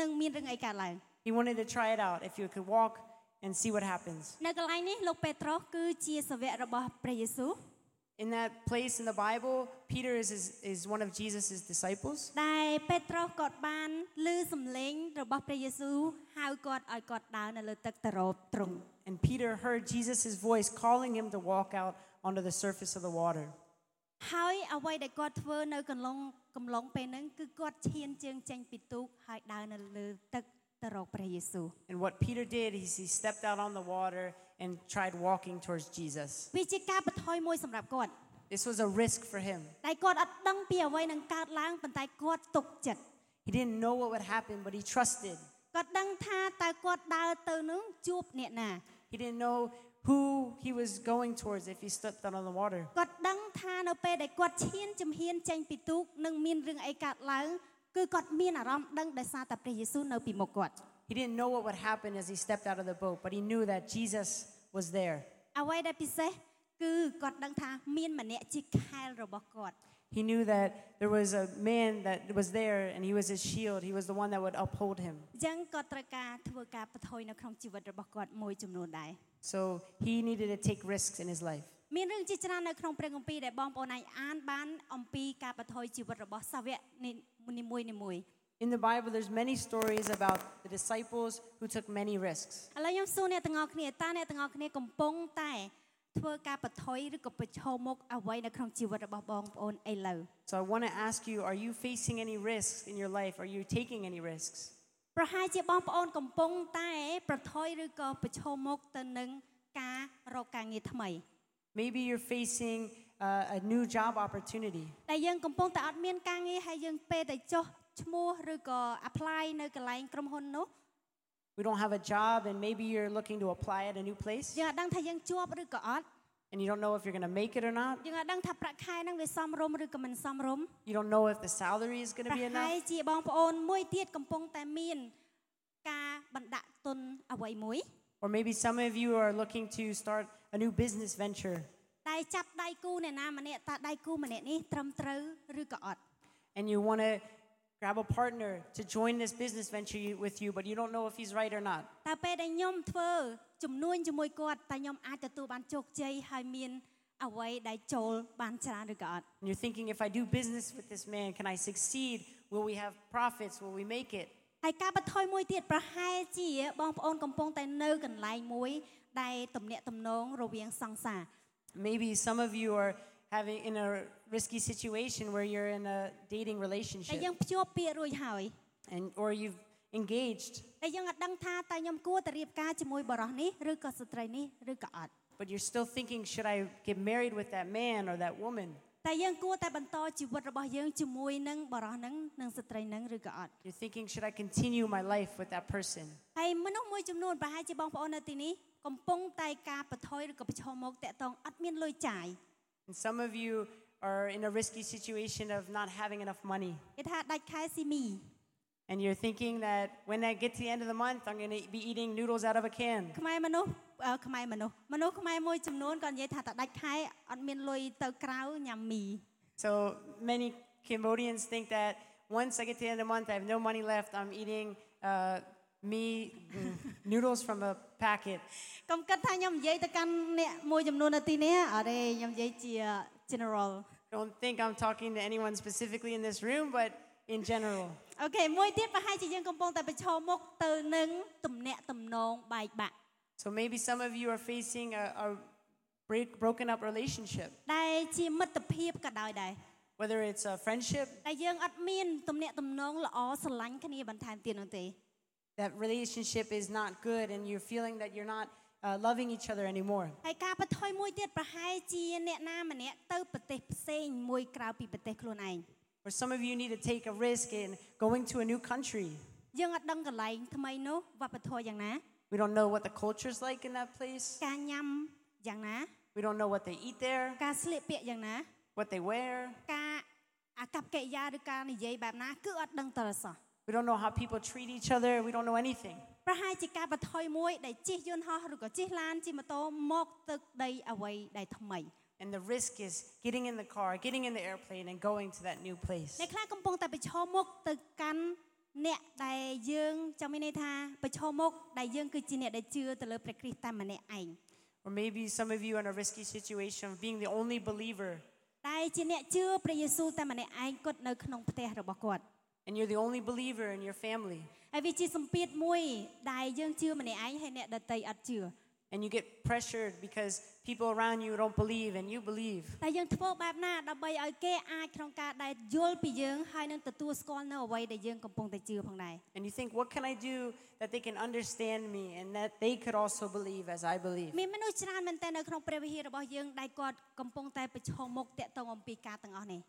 [SPEAKER 1] នឹងមានរឿងអីកើតឡើង
[SPEAKER 2] He wanted to try it out if he could walk and see what happens.
[SPEAKER 1] នៅកន្លែងនេះលោកពេត្រុសគឺជាសាវករបស់ព្រះយេស៊ូវ
[SPEAKER 2] In that place in the Bible, Peter is, is, is one of Jesus' disciples.
[SPEAKER 1] ដែលពេត្រុសគាត់បានឮសំឡេងរបស់ព្រះយេស៊ូវហៅគាត់ឲ្យគាត់ដើរនៅលើទឹកតរោបទ្រង់
[SPEAKER 2] And Peter heard Jesus' voice calling him to walk out onto the surface of the water.
[SPEAKER 1] ហើយអ្វីដែលគាត់ធ្វើនៅកន្លងកំឡុងពេលហ្នឹងគឺគាត់ឈានជើងចេញពីទូកហើយដើរនៅលើទឹកទៅរកព្រះយេស៊ូវ
[SPEAKER 2] And what Peter did is he stepped out on the water and tried walking towards Jesus.
[SPEAKER 1] វាជាការបថុយមួយសម្រាប់គាត់
[SPEAKER 2] This was a risk for him.
[SPEAKER 1] តែលគាត់អត់ដឹងពីអ្វីនឹងកើតឡើងប៉ុន្តែគាត់ទុកចិត្ត
[SPEAKER 2] He didn't know what would happen, but he trusted.
[SPEAKER 1] គាត់ដឹងថាតើគាត់ដើរទៅនឹងជួបអ្នកណា
[SPEAKER 2] He didn't know who he was going towards if he stepped out on the water.
[SPEAKER 1] គាត់ដឹងថានៅពេលដែលគាត់ឈានជំហានចេញពីទូកនឹងមានរឿងអីកើតឡើងគឺគាត់មានអារម្មណ៍ដឹងដោយសារតែព្រះយេស៊ូវនៅពីមុខគាត់
[SPEAKER 2] He didn't know what would happen as he stepped out of the boat, but he knew that Jesus was there.
[SPEAKER 1] អ្វីដែលពិសេសគឺគាត់ដឹងថាមានម្នាក់ជាខែលរបស់គាត់
[SPEAKER 2] He knew that there was a man that was there and he was his shield. He was the one that would uphold him.
[SPEAKER 1] អញ្ចឹងគាត់ត្រូវការធ្វើការបថុយនៅក្នុងជីវិតរបស់គាត់មួយចំនួនដែរ
[SPEAKER 2] So he needed to take risks in his life.
[SPEAKER 1] មានរឿងជាច្រើននៅក្នុងព្រះគម្ពីរដែលបងប្អូនអាចអានបានអំពីការបថុយជីវិតរបស់សាវកនីមួយៗមួយៗ
[SPEAKER 2] In the Bible, there's many stories about the disciples who took many risks.
[SPEAKER 1] ឥឡូវខ្ញុំសួរអ្នកទាំងអស់គ្នាតើអ្នកទាំងអស់គ្នាកំពុងតែធ្វើការបថុយឬក៏ប្រឈមមុខអ្វីនៅក្នុងជីវិតរបស់បងប្អូនឥឡូវ
[SPEAKER 2] So I want to ask you, are you facing any risks in your life? Are you taking any risks?
[SPEAKER 1] ប្រហែលជាបងប្អូនកំពុងតែប្រថុយឬក៏ប្រឈមមុខទៅនឹងការរកការងារថ្មី
[SPEAKER 2] Maybe you're facing uh, a new job opportunity.
[SPEAKER 1] ដែលយើងកំពុងតែអត់មានការងារហើយយើងពេលតែចុះឈ្មោះឬក៏ apply នៅកន្លែងក្រុមហ៊ុននោះ
[SPEAKER 2] We don't have a job, and maybe you're looking to apply at a new place,
[SPEAKER 1] យើងអត់ដឹងថាយើងជាប់ឬក៏អត់
[SPEAKER 2] and you don't know if you're going to make it or not.
[SPEAKER 1] យើងអត់ដឹងថាប្រាក់ខែហ្នឹងវាសមរម្យឬក៏មិនសមរម្យ
[SPEAKER 2] You don't know if the salary is going to
[SPEAKER 1] ប្រ
[SPEAKER 2] be
[SPEAKER 1] ហែ
[SPEAKER 2] enough.
[SPEAKER 1] លជាបងប្អូនមួយទៀតកំពុងតែមានការបណ្ដាក់ទុនអ្វីមួយ
[SPEAKER 2] Or maybe some of you are looking to start a new business venture,
[SPEAKER 1] តែចាប់ដៃគូអ្នកណាម្នាក់តើដៃគូម្នាក់នេះត្រឹមត្រូវឬក៏អត់
[SPEAKER 2] and you want to grab a partner to join this business venture you- with you, but you don't know if he's right or not.
[SPEAKER 1] តើពេលដែលខ្ញុំធ្វើជំនួញជាមួយគាត់តើខ្ញុំអាចទទួលបានជោគជ័យហើយមានអ្វីដែលចូលបានច្រើនឬក៏អត់
[SPEAKER 2] And you're thinking, if I do business with this man, can I succeed? Will we have profits? Will we make it?
[SPEAKER 1] ហើយការបថុយមួយទៀតប្រហែលជាបងប្អូនកំពុងតែនៅកន្លែងមួយដែលទំនាក់ទំនងរវាងសង្សារ
[SPEAKER 2] Maybe some of you are having in a risky situation where you're in a dating
[SPEAKER 1] តែ
[SPEAKER 2] relationship
[SPEAKER 1] យើងភ្ជាប់ពាក្យរួចហើយ
[SPEAKER 2] and or you've engaged,
[SPEAKER 1] តែយើងអត់ដឹងថាតើខ្ញុំគួរតែរៀបការជាមួយបរិសនេះឬក៏ស្ត្រីនេះឬក៏អត់
[SPEAKER 2] but you're still thinking, should I get married with that man or that woman?
[SPEAKER 1] តែយើងគួរតែបន្តជីវិតរបស់យើងជាមួយនឹងបរិសហ្នឹងនិងស្ត្រីហ្នឹងឬក៏អត់
[SPEAKER 2] You're thinking, should I continue my life with that person?
[SPEAKER 1] ហើយមនុស្សមួយចំនួនប្រហែលជាបងប្អូននៅទីនេះកំពុងតែការបថយឬក៏ប្រឈមមុខតាក់ទងអត់មានលុយចាយ
[SPEAKER 2] And some of you are in a risky situation of not having enough money.
[SPEAKER 1] គេថាដាច់ខែស៊ីមី
[SPEAKER 2] And you're thinking that when I get to the end of the month, I'm going to be eating noodles out of a can.
[SPEAKER 1] ខ្មែរមនុស្សអឺខ្មែរមនុស្សមនុស្សខ្មែរមួយចំនួនក៏និយាយថាតែដាច់ខែអត់មានលុយទៅក្រៅញ៉ាំមី
[SPEAKER 2] So many Cambodians think that once I get to the end of the month, I have no money left, I'm eating uh, me mm, noodles from a packet.
[SPEAKER 1] កុំគិតថាខ្ញុំនិយាយទៅកាន់អ្នកមួយចំនួននៅទីនេះអត់ទេខ្ញុំនិយាយជា general
[SPEAKER 2] Don't think I'm talking to anyone specifically in this room, but in general.
[SPEAKER 1] អូខេមួយទៀតប្រហែលជាយើងកំពុងតែប្រឈមមុខទៅនឹងទំនាក់ទំនងបែកបាក់
[SPEAKER 2] So maybe some of you are facing a, a break, broken up relationship,
[SPEAKER 1] ដែលជាមិត្តភាពក៏ដោយដែរ
[SPEAKER 2] whether it's a friendship,
[SPEAKER 1] តែយើងអត់មានទំនាក់ទំនងល្អស្រឡាញ់គ្នាបន្ថែមទៀតនោះទេ
[SPEAKER 2] that relationship is not good and you're feeling that you're not uh, loving each other anymore.
[SPEAKER 1] ហើយការបន្ថយមួយទៀតប្រហែលជាអ្នកណាម្នាក់ទៅប្រទេសផ្សេងមួយក្រៅពីប្រទេសខ្លួនឯង
[SPEAKER 2] Or some of you need to take a risk in going to a new country.
[SPEAKER 1] យើងអត់ដឹងកន្លែងថ្មីនោះវប្បធម៌យ៉ាងណា
[SPEAKER 2] We don't know what the culture's like in that place.
[SPEAKER 1] ការញ៉ាំយ៉ាងណា
[SPEAKER 2] We don't know what they eat there,
[SPEAKER 1] ការស្លៀកពាក់យ៉ាងណា
[SPEAKER 2] what they wear.
[SPEAKER 1] ការអាកប្បកិរិយាឬការនិយាយបែបណាគឺអត់ដឹងតរសោះ
[SPEAKER 2] We don't know how people treat each other. We don't know anything.
[SPEAKER 1] ប្រហែលជាការបន្ថយមួយដែលជិះយន្តហោះឬក៏ជិះឡានជិះម៉ូតូមកទឹកដីអ្វីដែលថ្មី
[SPEAKER 2] And the risk is getting in the car, getting in the airplane, and going to that new place.
[SPEAKER 1] អ្នកខ្លះកំពុងតែប្រឈមមុខទៅកាន់អ្នកដែលយើងចាំមានន័យថាប្រឈមមុខដែលយើងគឺជាអ្នកដែលជឿទៅលើព្រះគ្រីស្ទតែម្នាក់ឯង
[SPEAKER 2] Or maybe some of you are in a risky situation of being the only believer,
[SPEAKER 1] តែជាអ្នកជឿព្រះយេស៊ូវតែម្នាក់ឯងគាត់នៅក្នុងផ្ទះរបស់គាត់
[SPEAKER 2] and you're the only believer in your family,
[SPEAKER 1] ហើយវាជាសម្ពាធមួយដែលយើងជឿម្នាក់ឯងហើយអ្នកដទៃអត់ជឿ
[SPEAKER 2] and you get pressured because people around you don't believe, and you believe.
[SPEAKER 1] តែយើងធ្វើបែបណាដើម្បីឲ្យគេអាចក្នុងការដែលយល់ពីយើងហើយនឹងទទួលស្គាល់នៅអ្វីដែលយើងកំពុងតែជឿផងដែរ
[SPEAKER 2] And you think, what can I do that they can understand me and that they could also believe as I believe?
[SPEAKER 1] មានមនុស្សច្រើនមែនទែននៅក្នុងព្រះវិហាររបស់យើងដែលគាត់កំពុងតែប្រឈមមុខតាក់ទងអំពីការទាំងអស់នេះ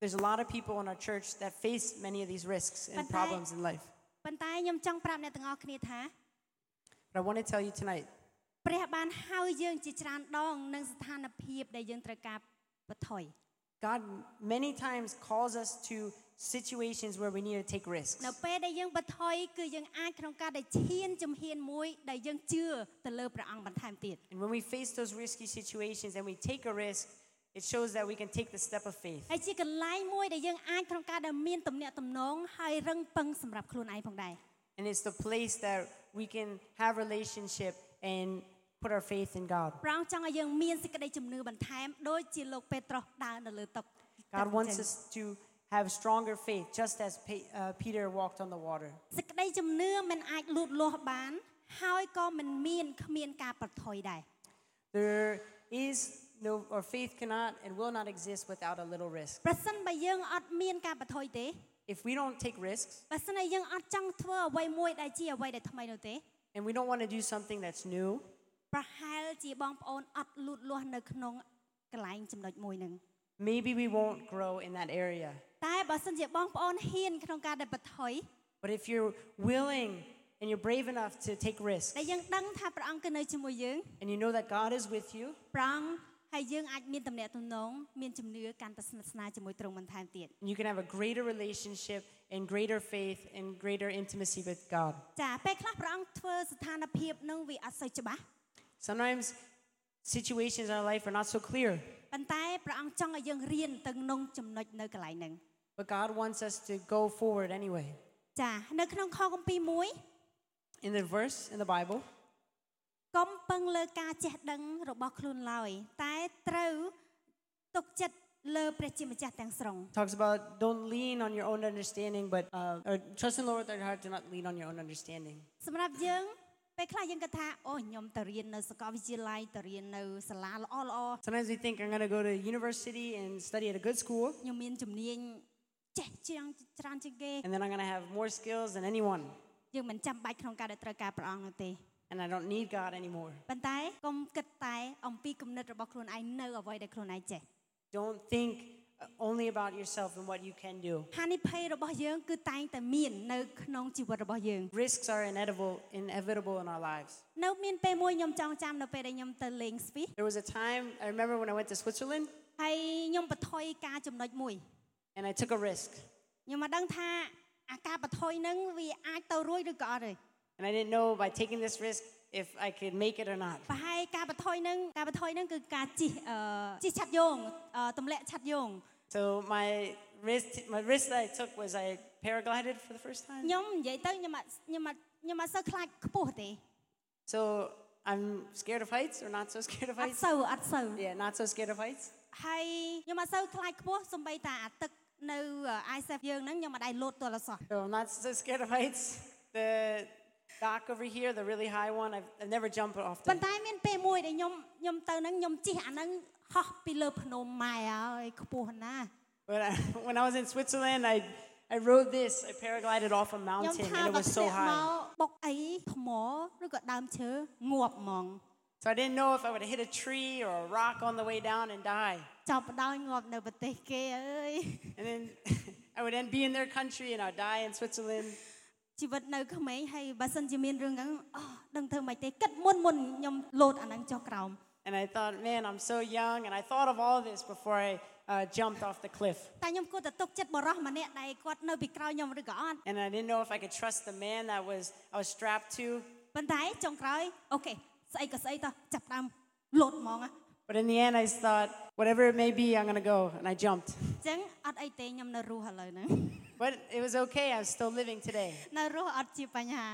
[SPEAKER 2] There's a lot of people in our church that face many of these risks and
[SPEAKER 1] But I-
[SPEAKER 2] problems in life.
[SPEAKER 1] ប៉ុន្តែខ្ញុំចង់ប្រាប់អ្នកទាំងអស់គ្នាថា
[SPEAKER 2] But I want to tell you tonight
[SPEAKER 1] ព្រះបានហៅយើងជាច្រើនដងនឹងស្ថានភាពដែលយើងត្រូវការបន្ថយ
[SPEAKER 2] God many times calls us to situations where we need to take risks.
[SPEAKER 1] នៅពេលដែលយើងបន្ថយគឺយើងអាចក្នុងការដែលឈានជំហានមួយដែលយើងជឿទៅលើព្រះអង្គបន្ថែមទៀត
[SPEAKER 2] And when we face those risky situations and we take a risk, it shows that we can take the step of faith.
[SPEAKER 1] ហើយជាកន្លែងមួយដែលយើងអាចក្នុងការដែលមានទំនាក់ទំនងហើយរឹងពឹងសម្រាប់ខ្លួនឯងផងដែរ
[SPEAKER 2] And it's the place that we can have relationship and put our faith in God.
[SPEAKER 1] ព្រះអង្គចង់ឲ្យយើងមានសេចក្តីជំនឿបន្ថែមដូចជាលោកពេត្រុសដើរនៅលើទឹកទឹក
[SPEAKER 2] God wants
[SPEAKER 1] ចឹង
[SPEAKER 2] us to have stronger faith, just as Pe- uh, Peter walked on the water.
[SPEAKER 1] សេចក្តីជំនឿมันអាចលូតលាស់បាន ហើយក៏มันមានគ្មានការប្រថុយដែរ
[SPEAKER 2] There is no, or faith cannot and will not exist without a little risk.
[SPEAKER 1] ប្រសិនបើយើងអត់មានការប្រថុយទេ
[SPEAKER 2] If we don't take risks
[SPEAKER 1] បើសិនតែយើងអត់ចង់ធ្វើអ្វីមួយដែលជាអ្វីដែលថ្មីនោះទេ
[SPEAKER 2] and we don't want to do something that's new,
[SPEAKER 1] ប្រហែលជាបងប្អូនអត់លូតលាស់នៅក្នុងកន្លែងចំណុចមួយហ្នឹង
[SPEAKER 2] maybe we won't grow in that area.
[SPEAKER 1] តែបើសិនជាបងប្អូនហ៊ានក្នុងការដែលប្រថុយ
[SPEAKER 2] But if you're willing and you're brave enough to take risks
[SPEAKER 1] ដែលយើងដឹងថាព្រះអង្គគឺនៅជាមួយយើង
[SPEAKER 2] and you know that God is with you,
[SPEAKER 1] ព្រះអង្គហើយយើងអាចមានទំនាក់ទំនងមានជំនឿកាន់តែស្និទ្ធស្នាលជាមួយទ្រង់បន្ថែមទៀត
[SPEAKER 2] you can have a greater relationship and greater faith and greater intimacy with God.
[SPEAKER 1] ចាពេលខ្លះព្រះអង្គធ្វើស្ថានភាពនឹងវាអត់សូវច្បាស់
[SPEAKER 2] Sometimes situations in our life are not so clear,
[SPEAKER 1] ប៉ុន្តែព្រះអង្គចង់ឲ្យយើងរៀនទៅក្នុងចំណុចនៅកន្លែងហ្នឹង
[SPEAKER 2] but God wants us to go forward anyway.
[SPEAKER 1] ចានៅក្នុងខគម្ពីរមួយ
[SPEAKER 2] In the verse in the Bible,
[SPEAKER 1] កុំពឹងលើការចេះដឹងរបស់ខ្លួនឡើយ តែត្រូវទុកចិត្តលើព្រះជាម្ចាស់ទាំងស្រុង
[SPEAKER 2] talks about don't lean on your own understanding, but uh, or trust in the Lord with all your heart, do not lean on your own understanding.
[SPEAKER 1] សម្រាប់យើងពេលខ្លះយើងគិតថាអូខ្ញុំទៅរៀននៅសាកលវិទ្យាល័យទៅរៀននៅសាលាល្អល្អ
[SPEAKER 2] Sometimes we think I'm going to go to university and study at a good school,
[SPEAKER 1] ខ្ញុំមានជំនាញចេះជាងច្រើនជាងគេ
[SPEAKER 2] and then I'm going to have more skills than anyone,
[SPEAKER 1] យើងមិនចាំបាច់ក្នុងការដែលត្រូវការព្រះអង្គនោះទេ
[SPEAKER 2] and I don't need God anymore.
[SPEAKER 1] ប៉ុន្តែកុំគិតតែអំពីគំនិតរបស់ខ្លួនឯងនៅអ្វីដែលខ្លួនឯងចេះ
[SPEAKER 2] Don't think uh, only about yourself and what you can do.
[SPEAKER 1] ហានិភ័យរបស់យើងគឺតែងតែមាននៅក្នុងជីវិតរបស់យើង
[SPEAKER 2] Risks are inevitable, inevitable in our lives.
[SPEAKER 1] នៅមានពេលមួយខ្ញុំចង់ចាំនៅពេលដែលខ្ញុំទៅលេងស្វីស
[SPEAKER 2] There was a time I remember when I went to Switzerland.
[SPEAKER 1] ហើយខ្ញុំបន្ថយការចំណុចមួយ
[SPEAKER 2] and I took a risk.
[SPEAKER 1] ខ្ញុំមកដឹងថាអាការបន្ថយហ្នឹងវាអាចទៅរួចឬក៏អត់ទេ
[SPEAKER 2] And I didn't know by taking this risk if I could make it or not.
[SPEAKER 1] ប្រហែលការបន្ថយហ្នឹងការបន្ថយហ្នឹងគឺការជីកអឺជីកឆាត់យងអឺទម្លាក់ឆាត់យង
[SPEAKER 2] So my risk, my risk that I took was I paraglided for the first time.
[SPEAKER 1] ខ្ញុំនិយាយទៅខ្ញុំអត់ខ្ញុំអត់ខ្ញុំអត់សូវខ្លាចខ្ពស់ទេ
[SPEAKER 2] So I'm scared of heights or not so scared of
[SPEAKER 1] អត់
[SPEAKER 2] heights.
[SPEAKER 1] សូវអត់សូវ
[SPEAKER 2] Yeah, not so scared of heights.
[SPEAKER 1] ហើយខ្ញុំអត់សូវខ្លាចខ្ពស់សំបីតាអាទឹកនៅអឺ ISF យើងហ្នឹងខ្ញុំមិនដៃលោតទាល់អសោះ
[SPEAKER 2] So I'm not so scared of heights. The dock over here, the really high one, I've, I've never jumped off.
[SPEAKER 1] ប៉ុន្តែមានពេលមួយដែលខ្ញុំខ្ញុំទៅហ្នឹងខ្ញុំជិះអាហ្នឹងហោះពីលើភ្នំម៉ែហើយខ្ពស់ណាស់
[SPEAKER 2] But I, when I was in Switzerland, I, I rode this. I paraglided off a
[SPEAKER 1] ខ្ញុំ
[SPEAKER 2] mountain
[SPEAKER 1] ថា
[SPEAKER 2] and it
[SPEAKER 1] បើ
[SPEAKER 2] was
[SPEAKER 1] ធ្លា
[SPEAKER 2] so
[SPEAKER 1] ក់មក
[SPEAKER 2] high.
[SPEAKER 1] បុកអីថ្មឬក៏ដើមឈើងាប់ហ្មង
[SPEAKER 2] So I didn't know if I would hit a tree or a rock on the way down and die.
[SPEAKER 1] ចាប់ផ្ដោយងាប់នៅប្រទេសគេអើយ
[SPEAKER 2] And then I would then be in their country and I'd die in Switzerland.
[SPEAKER 1] ជីវិតនៅក្មេងហើយបើសិនជាមានរឿងហ្នឹងអូដឹងធ្វើម៉េចទេគិតមុនមុនខ្ញុំលោតអាហ្នឹងចុះក្រោម
[SPEAKER 2] And I thought, man, I'm so young. And I thought of all this before I uh, jumped off the cliff.
[SPEAKER 1] តែខ្ញុំគួរតែទុកចិត្តបរោះម្នាក់ដែលគាត់នៅពីក្រោយខ្ញុំឬក៏អត់
[SPEAKER 2] And I didn't know if I could trust the man that was I was strapped to.
[SPEAKER 1] ប៉ុន្តែចុងក្រោយអូខេស្អីក៏ស្អីតោះចាប់ផ្ដើមលោតហ្មងហ៎
[SPEAKER 2] But in the end, I just thought, whatever it may be, I'm gonna go. And I jumped.
[SPEAKER 1] អញ្ចឹងអត់អីទេខ្ញុំនៅរស់ឥឡូវហ្នឹង
[SPEAKER 2] But it was okay. I was still living today.
[SPEAKER 1] នៅរស់អត់ជាបញ្ហា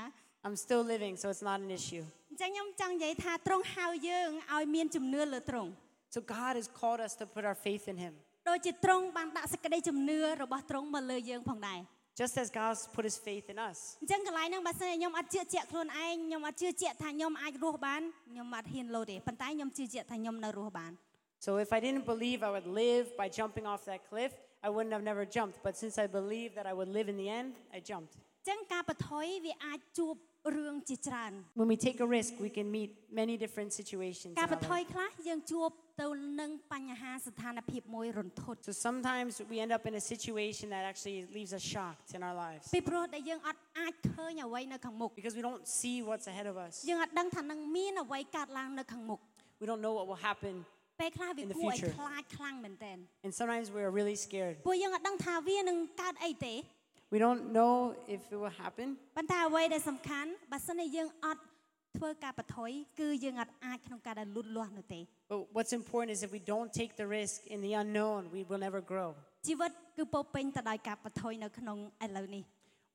[SPEAKER 2] I'm still living, so it's not an issue.
[SPEAKER 1] អញ្ចឹងខ្ញុំចង់និយាយថាទ្រង់ហៅយើងឲ្យមានជំនឿលើទ្រង់
[SPEAKER 2] So God has called us to put our faith in Him.
[SPEAKER 1] ដូចជាទ្រង់បានដាក់សេចក្តីជំនឿរបស់ទ្រង់មកលើយើងផងដែរ
[SPEAKER 2] Just as God's put His faith in us.
[SPEAKER 1] អញ្ចឹងកន្លែងហ្នឹងបើសិនជាខ្ញុំអត់ជឿជាក់ខ្លួនឯងខ្ញុំអត់ជឿជាក់ថាខ្ញុំអាចរស់បានខ្ញុំអត់ហ៊ានលោតទេប៉ុន្តែខ្ញុំជឿជាក់ថាខ្ញុំនៅរស់បាន
[SPEAKER 2] So if I didn't believe I would live by jumping off that cliff, I wouldn't have never jumped. But since I believed that I would live in the end, I jumped.
[SPEAKER 1] អញ្ចឹងការបន្ថយវាអាចជួបរឿងជាច្រើន
[SPEAKER 2] When we take a risk, we can meet many different situations.
[SPEAKER 1] ការ
[SPEAKER 2] in
[SPEAKER 1] ប
[SPEAKER 2] our
[SPEAKER 1] ន្ថយ
[SPEAKER 2] life.
[SPEAKER 1] ខ្លះយើងជួបទៅនឹងបញ្ហាស្ថានភាពមួយរន្ធត់
[SPEAKER 2] So sometimes we end up in a situation that actually leaves us shocked in our lives
[SPEAKER 1] ពីព្រោះដែលយើងអត់អាចឃើញអ្វីនៅខាងមុខ
[SPEAKER 2] because we don't see what's ahead of us.
[SPEAKER 1] យើងអត់ដឹងថានឹងមានអ្វីកើតឡើងនៅខាងមុខ
[SPEAKER 2] We don't know what will happen,
[SPEAKER 1] ពេលខ្លះវា
[SPEAKER 2] In the
[SPEAKER 1] គួរឲ្យ
[SPEAKER 2] future.
[SPEAKER 1] ខ្លាចខ្លាំងមែនទែន
[SPEAKER 2] and sometimes we're really scared.
[SPEAKER 1] ពួកយើងអត់ដឹងថាវានឹងកើតអីទេ
[SPEAKER 2] We don't know if it will happen,
[SPEAKER 1] ប៉ុន្តែអ្វីដែលសំខាន់បើសិនជាយើងអត់ធ្វើការបថុយគឺយើងអត់អាចក្នុងការដែលលូតលាស់នោះទេ
[SPEAKER 2] but what's important is if we don't take the risk in the unknown, we will never grow.
[SPEAKER 1] ជីវិតគឺពោរពេញទៅដោយការបថុយនៅក្នុងឥឡូវនេះ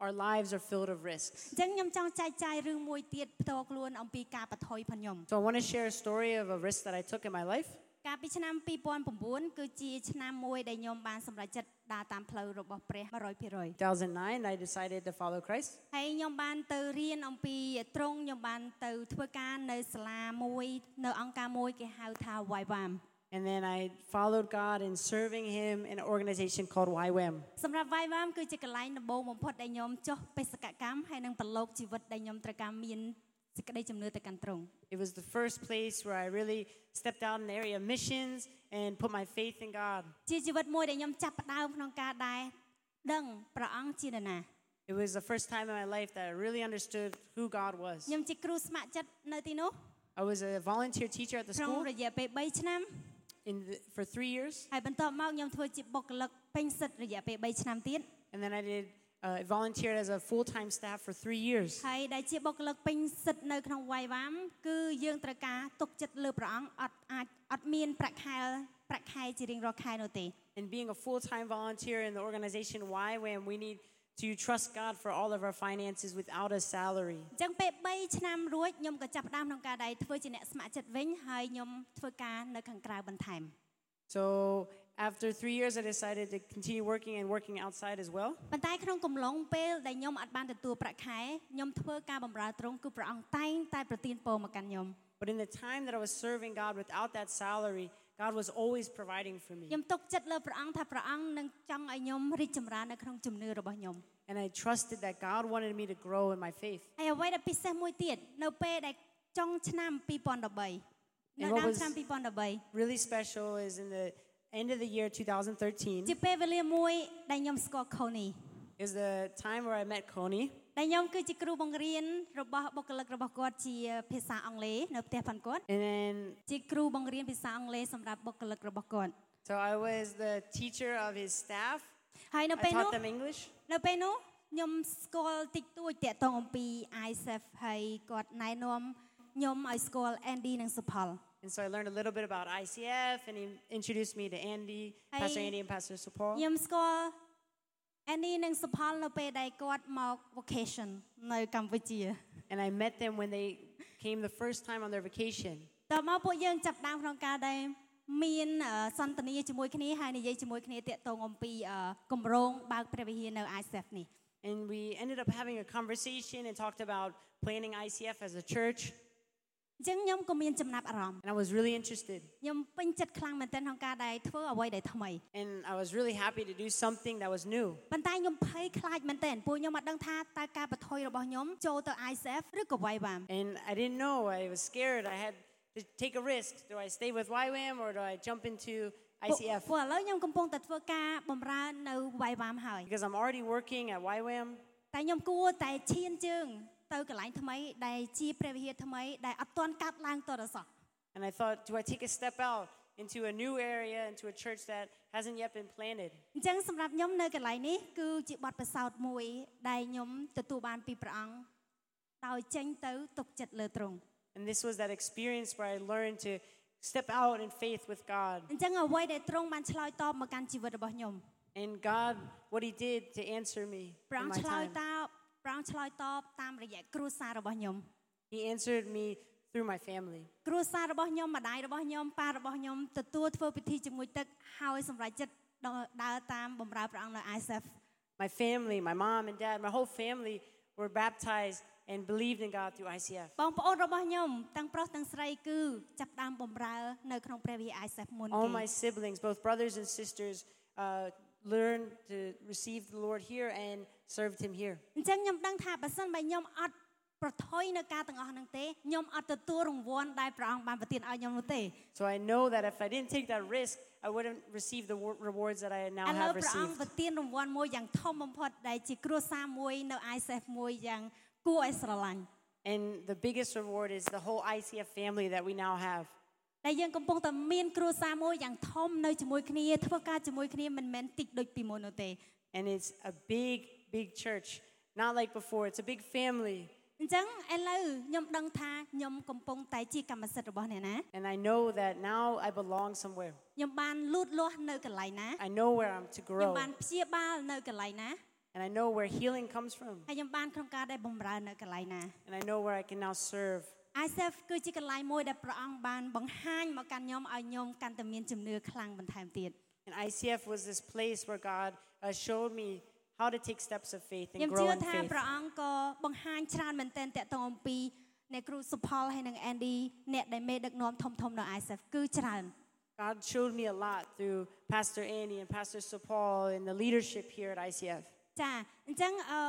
[SPEAKER 2] Our lives are filled of risks.
[SPEAKER 1] អញ្ចឹងខ្ញុំចង់ចែកចាយរឿងមួយទៀតផ្ទាល់ខ្លួនអំពីការបថុយផងខ្ញុំ
[SPEAKER 2] So I want to share a story of a risk that I took in my life.
[SPEAKER 1] កាលពីឆ្នាំ2009គឺជាឆ្នាំមួយដែលខ្ញុំបានសម្រេចចិត្តដើរតាមផ្លូវរបស់ព្រះ100%
[SPEAKER 2] 2009, I decided to follow Christ.
[SPEAKER 1] ហើយខ្ញុំបានទៅរៀនអំពីត្រង់ខ្ញុំបានទៅធ្វើការនៅសាលាមួយនៅអង្គការមួយគេហៅថា YWAM
[SPEAKER 2] And then I followed God in serving Him in an organization called YWAM.
[SPEAKER 1] សម្រាប់ YWAM គឺជាកន្លែងដំបូងបំផុតដែលខ្ញុំចុះបេសកកម្មហើយនឹងប្រឡូកជីវិតដែលខ្ញុំត្រូវការមានសេចក្តីជំនឿទៅកាន់ត្រង់
[SPEAKER 2] It was the first place where I really stepped out in the area of missions and put my faith in God.
[SPEAKER 1] ជាជីវិតមួយដែលខ្ញុំចាប់ផ្ដើមក្នុងការដែរដឹងព្រះអង្គជានរណា
[SPEAKER 2] It was the first time in my life that I really understood who God was.
[SPEAKER 1] ខ្ញុំជាគ្រូស្ម័គ្រចិត្តនៅទីនោះ
[SPEAKER 2] I was a volunteer teacher at the
[SPEAKER 1] ក្នុង
[SPEAKER 2] school
[SPEAKER 1] រយៈពេល3ឆ្នាំ
[SPEAKER 2] in the, for three years,
[SPEAKER 1] ហើយបន្តមកខ្ញុំធ្វើជាបុគ្គលិកពេញសិទ្ធិរយៈពេល3ឆ្នាំទៀត
[SPEAKER 2] and then I did uh, volunteered as a full time staff for three years.
[SPEAKER 1] ហើយដែលជាបុគ្គលិកពេញសិទ្ធិនៅក្នុង YWAM គឺយើងត្រូវការទុកចិត្តលើព្រះអង្គអត់អាចអត់មានប្រាក់ខែប្រាក់ខែជារៀងរាល់ខែនោះទេ
[SPEAKER 2] And being a full time volunteer in the organization YWAM, we need to trust God for all of our finances without a salary.
[SPEAKER 1] អញ្ចឹងពេល3ឆ្នាំរួចខ្ញុំក៏ចាប់ផ្ដើមក្នុងការដែលធ្វើជាអ្នកស្ម័គ្រចិត្តវិញហើយខ្ញុំធ្វើការនៅខាងក្រៅបន្ថែម
[SPEAKER 2] So after three years, I decided to continue working and working outside as well.
[SPEAKER 1] ប៉ុន្តែក្នុងកំឡុងពេលដែលខ្ញុំអត់បានទទួលប្រាក់ខែខ្ញុំធ្វើការបម្រើទ្រង់គឺព្រះអង្គតែងតែប្រទានពរមកកាន់ខ្ញុំ
[SPEAKER 2] But in the time that I was serving God without that salary, God was always providing for me.
[SPEAKER 1] ខ្ញុំទុកចិត្តលើព្រះអង្គថាព្រះអង្គនឹងចង់ឲ្យខ្ញុំរីកចម្រើននៅក្នុងជំនឿរបស់ខ្ញុំ
[SPEAKER 2] And I trusted that God wanted me to grow in my faith.
[SPEAKER 1] ហើយអ្វីដែលពិសេសមួយទៀតនៅពេលដែលចុងឆ្នាំ2013
[SPEAKER 2] And
[SPEAKER 1] នៅដើ
[SPEAKER 2] what
[SPEAKER 1] ម
[SPEAKER 2] was-
[SPEAKER 1] ឆ្នាំ2013
[SPEAKER 2] Really special is in the end of the year 2013
[SPEAKER 1] ជាពេលវេលាមួយដែលខ្ញុំស្គាល់ខូនី
[SPEAKER 2] is the time where I met Connie.
[SPEAKER 1] ដែលខ្ញុំគឺជាគ្រូបង្រៀនរបស់បុគ្គលិករបស់គាត់ជាភាសាអង់គ្លេសនៅផ្ទះផងគាត់
[SPEAKER 2] And then
[SPEAKER 1] ជាគ្រូបង្រៀនភាសាអង់គ្លេសសម្រាប់បុគ្គលិករបស់គាត់
[SPEAKER 2] So I was the teacher of his staff.
[SPEAKER 1] ហើយនៅ
[SPEAKER 2] I
[SPEAKER 1] ពេលនោះ
[SPEAKER 2] taught them English.
[SPEAKER 1] នៅពេលនោះខ្ញុំស្គាល់តិចតួចតាក់ទងអំពី ISF ហើយគាត់ណែនាំខ្ញុំឲ្យស្គាល់ Andy និងសុផល
[SPEAKER 2] And so I learned a little bit about ICF, and he introduced me to Andy, Pastor
[SPEAKER 1] Hey.
[SPEAKER 2] Andy, and Pastor Supal.
[SPEAKER 1] ខ្ញុំស្គាល់ Andy និងសុផលនៅពេលដែលគាត់មក vacation នៅកម្ពុជា
[SPEAKER 2] And I met them when they came the first time on their vacation.
[SPEAKER 1] តមកពួកយើងចាប់ផ្ដើមក្នុងការដែលមានអឺសន្ទនាជាមួយគ្នាហើយនិយាយជាមួយគ្នាតាក់ទងអំពីអឺគម្រោងបើកព្រះវិហារនៅ ISF នេះ
[SPEAKER 2] And we ended up having a conversation and talked about planning ICF as a church.
[SPEAKER 1] អញ្ចឹងខ្ញុំក៏មានចំណាប់អារម្មណ៍
[SPEAKER 2] And I was really interested.
[SPEAKER 1] ខ្ញុំពេញចិត្តខ្លាំងមែនទែនក្នុងការដែលធ្វើអ្វីដែលថ្មី
[SPEAKER 2] And I was really happy to do something that was new.
[SPEAKER 1] ប៉ុន្តែខ្ញុំភ័យខ្លាចមែនទែនព្រោះខ្ញុំមិនដឹងថាតើការបថុយរបស់ខ្ញុំចូលទៅ ISF ឬក៏ YWAM
[SPEAKER 2] And I didn't know. I was scared. I had to take a risk. Do I stay with YWAM or do I jump into
[SPEAKER 1] ពួក
[SPEAKER 2] ICF?
[SPEAKER 1] ព្រោះឥឡូវខ្ញុំកំពុងតែធ្វើការបម្រើនៅ YWAM ហើយ
[SPEAKER 2] Because I'm already working at YWAM.
[SPEAKER 1] តែខ្ញុំគួរតែឈានជើងទៅកន្លែងថ្មីដែលជាព្រះវិហារថ្មីដែលអត់ទាន់កាត់ឡើងតរសោះ
[SPEAKER 2] And I thought, do I take a step out into a new area, into a church that hasn't yet been planted?
[SPEAKER 1] អញ្ចឹងសម្រាប់ខ្ញុំនៅកន្លែងនេះគឺជាបទពិសោធន៍មួយដែលខ្ញុំទទួលបានពីព្រះអង្គដោយចេញទៅទុកចិត្តលើទ្រង់
[SPEAKER 2] And this was that experience where I learned to step out in faith with God.
[SPEAKER 1] អញ្ចឹងអ្វីដែលទ្រង់បានឆ្លើយតបមកកាន់ជីវិតរបស់ខ្ញុំ
[SPEAKER 2] And God, what He did to answer me
[SPEAKER 1] ព្រះអ
[SPEAKER 2] in
[SPEAKER 1] ង្គ
[SPEAKER 2] my
[SPEAKER 1] ឆ្លើយ
[SPEAKER 2] time.
[SPEAKER 1] តបព្រះអង្គឆ្លើយតបតាមរយៈគ្រួសាររបស់ខ្ញុំ
[SPEAKER 2] He answered me through my family.
[SPEAKER 1] គ្រួសាររបស់ខ្ញុំម្ដាយរបស់ខ្ញុំប៉ារបស់ខ្ញុំទទួលធ្វើពិធីជាមួយទឹកហើយសម្រេចចិត្តដល់ដើរតាមបម្រើព្រះអង្គនៅ ISF
[SPEAKER 2] My family, my mom and dad, my whole family were baptized and believed in God through ICF.
[SPEAKER 1] បងប្អូនរបស់ខ្ញុំទាំងប្រុសទាំងស្រីគឺចាប់ផ្ដើមបម្រើនៅក្នុងព្រះវិហារ ISF មុន
[SPEAKER 2] All
[SPEAKER 1] គេ
[SPEAKER 2] my siblings, both brothers and sisters, uh, learned to receive the Lord here and served Him here.
[SPEAKER 1] អញ្ចឹងខ្ញុំដឹងថាបើសិនបើខ្ញុំអត់ប្រថុយនៅការទាំងអស់ហ្នឹងទេខ្ញុំអត់ទទួលរង្វាន់ដែលព្រះអង្គបានប្រទានឲ្យខ្ញុំនោះទេ
[SPEAKER 2] So I know that if I didn't take that risk, I wouldn't receive the wor- rewards that I now
[SPEAKER 1] ឥឡូវ
[SPEAKER 2] have
[SPEAKER 1] ព្រះអង្គ
[SPEAKER 2] received.
[SPEAKER 1] ប្រទានរង្វាន់មួយយ៉ាងធំបំផុតដែលជាគ្រួសារមួយនៅ ISF មួយយ៉ាងគួរឲ្យស្រឡាញ់
[SPEAKER 2] And the biggest reward is the whole ICF family that we now have.
[SPEAKER 1] ដែលយើងកំពុងតែមានគ្រួសារមួយយ៉ាងធំនៅជាមួយគ្នាធ្វើការជាមួយគ្នាមិនមែនតិចដូចពីមុននោះទេ
[SPEAKER 2] And it's a big, big church. Not like before, it's a big family.
[SPEAKER 1] អញ្ចឹងឥឡូវខ្ញុំដឹងថាខ្ញុំកំពុងតែជាកម្មសិទ្ធិរបស់អ្នកណា
[SPEAKER 2] And I know that now I belong somewhere.
[SPEAKER 1] ខ្ញុំបានលូតលាស់នៅកន្លែងណា
[SPEAKER 2] I know where I'm to
[SPEAKER 1] ខ្ញុំ
[SPEAKER 2] grow.
[SPEAKER 1] បានព្យាបាលនៅកន្លែងណា
[SPEAKER 2] And I know where healing comes from.
[SPEAKER 1] ហើយខ្ញុំបានក្នុងការដែលបម្រើនៅកន្លែងណា
[SPEAKER 2] And I know where I can now serve.
[SPEAKER 1] ISF គឺជាកន្លែងមួយដែលព្រះអង្គបានបង្ហាញមកកាន់ខ្ញុំឲ្យខ្ញុំកាន់តែមានជំនឿខ្លាំងបន្ថែមទៀត
[SPEAKER 2] And ICF was this place where God uh, showed me how to take steps of faith
[SPEAKER 1] ខ្ញុំ
[SPEAKER 2] and grow
[SPEAKER 1] ជឿ
[SPEAKER 2] in
[SPEAKER 1] ថា
[SPEAKER 2] faith.
[SPEAKER 1] ព្រះអង្គក៏បង្ហាញច្រើនមែនទែនតាក់ទងអំពីអ្នកគ្រូសុផលហើយនិង Andy អ្នកដែលមេដឹកនាំធំៗនៅ ISF គឺច្រើន
[SPEAKER 2] God showed me a lot through Pastor Andy and Pastor Sopal and the leadership here at ICF.
[SPEAKER 1] ចាអញ្ចឹងអឺ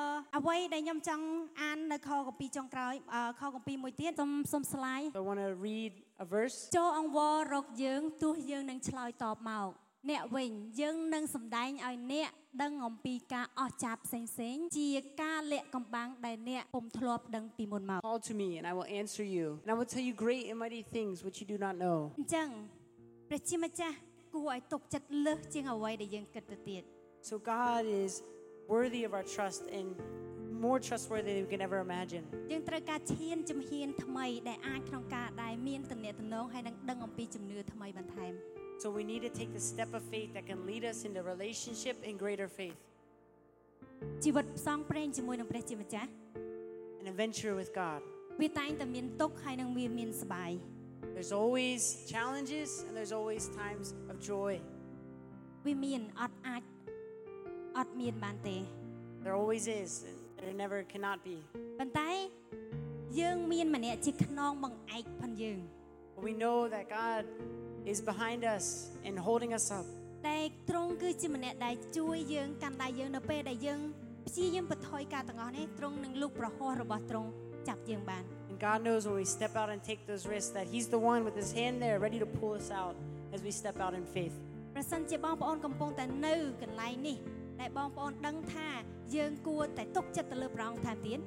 [SPEAKER 1] អ្វីដែលខ្ញុំចង់អាននៅខកពីចុងក្រោយអឺខកពីមួយទៀតសូមសូមស្លាយ
[SPEAKER 2] So I want to read a verse.
[SPEAKER 1] ចូលអង្វររកយើងទោះយើងនឹងឆ្លើយតបមកអ្នកវិញយើងនឹងសម្ដែងឲ្យអ្នកដឹងអំពីការអស្ចារ្យផ្សេងផ្សេងៗជាការលាក់កំបាំងដែលអ្នកពុំធ្លាប់ដឹងពីមុនមក
[SPEAKER 2] Call to me, and I will answer you. And I will tell you great and mighty things which you do not know.
[SPEAKER 1] អញ្ចឹងព្រះជាម្ចាស់គួរឲ្យទុកចិត្តលើសជាងអ្វីដែលយើងគិតទៅទៀត
[SPEAKER 2] So God is worthy of our trust and more trustworthy than we can ever imagine.
[SPEAKER 1] យើងត្រូវការឈានជំហានថ្មីដែលអាចក្នុងការដែលមានតំណែងតំណងហើយនឹងដឹងអំពីជំនឿថ្មីបន្ថែម
[SPEAKER 2] So we need to take the step of faith that can lead us into relationship and greater faith,
[SPEAKER 1] ជីវិតផ្សងព្រេងជាមួយនឹងព្រះជាម្ចាស់
[SPEAKER 2] an adventure with God.
[SPEAKER 1] វាតែងតែមានទុក្ខហើយនឹងវាមានសប្បាយ
[SPEAKER 2] There's always challenges and there's always times of joy.
[SPEAKER 1] វាមានអត់អាចអត់មានបានទេ
[SPEAKER 2] There always is, and there never cannot be.
[SPEAKER 1] ប៉ុន្តែយើងមានម្នាក់ជាខ្នងបង្អែកផងយើង
[SPEAKER 2] But we know that God is behind us and holding us up.
[SPEAKER 1] តែទ្រង់គឺជាម្នាក់ដែលជួយយើងកាន់ដៃយើងនៅពេលដែលយើងព្យាយាមបន្ថយការទាំងអស់នេះទ្រង់នឹងលោកប្រហោះរបស់ទ្រង់ចាប់យើងបាន
[SPEAKER 2] And God knows when we step out and take those risks that He's the one with His hand there ready to pull us out as we step out in faith.
[SPEAKER 1] ប្រសិនជាបងប្អូនកំពុងតែនៅកន្លែងនេះដែលបងប្អូនដឹងថាយើងគួរតែទុកចិត្តទៅលើព្រះអង្គថែមទៀត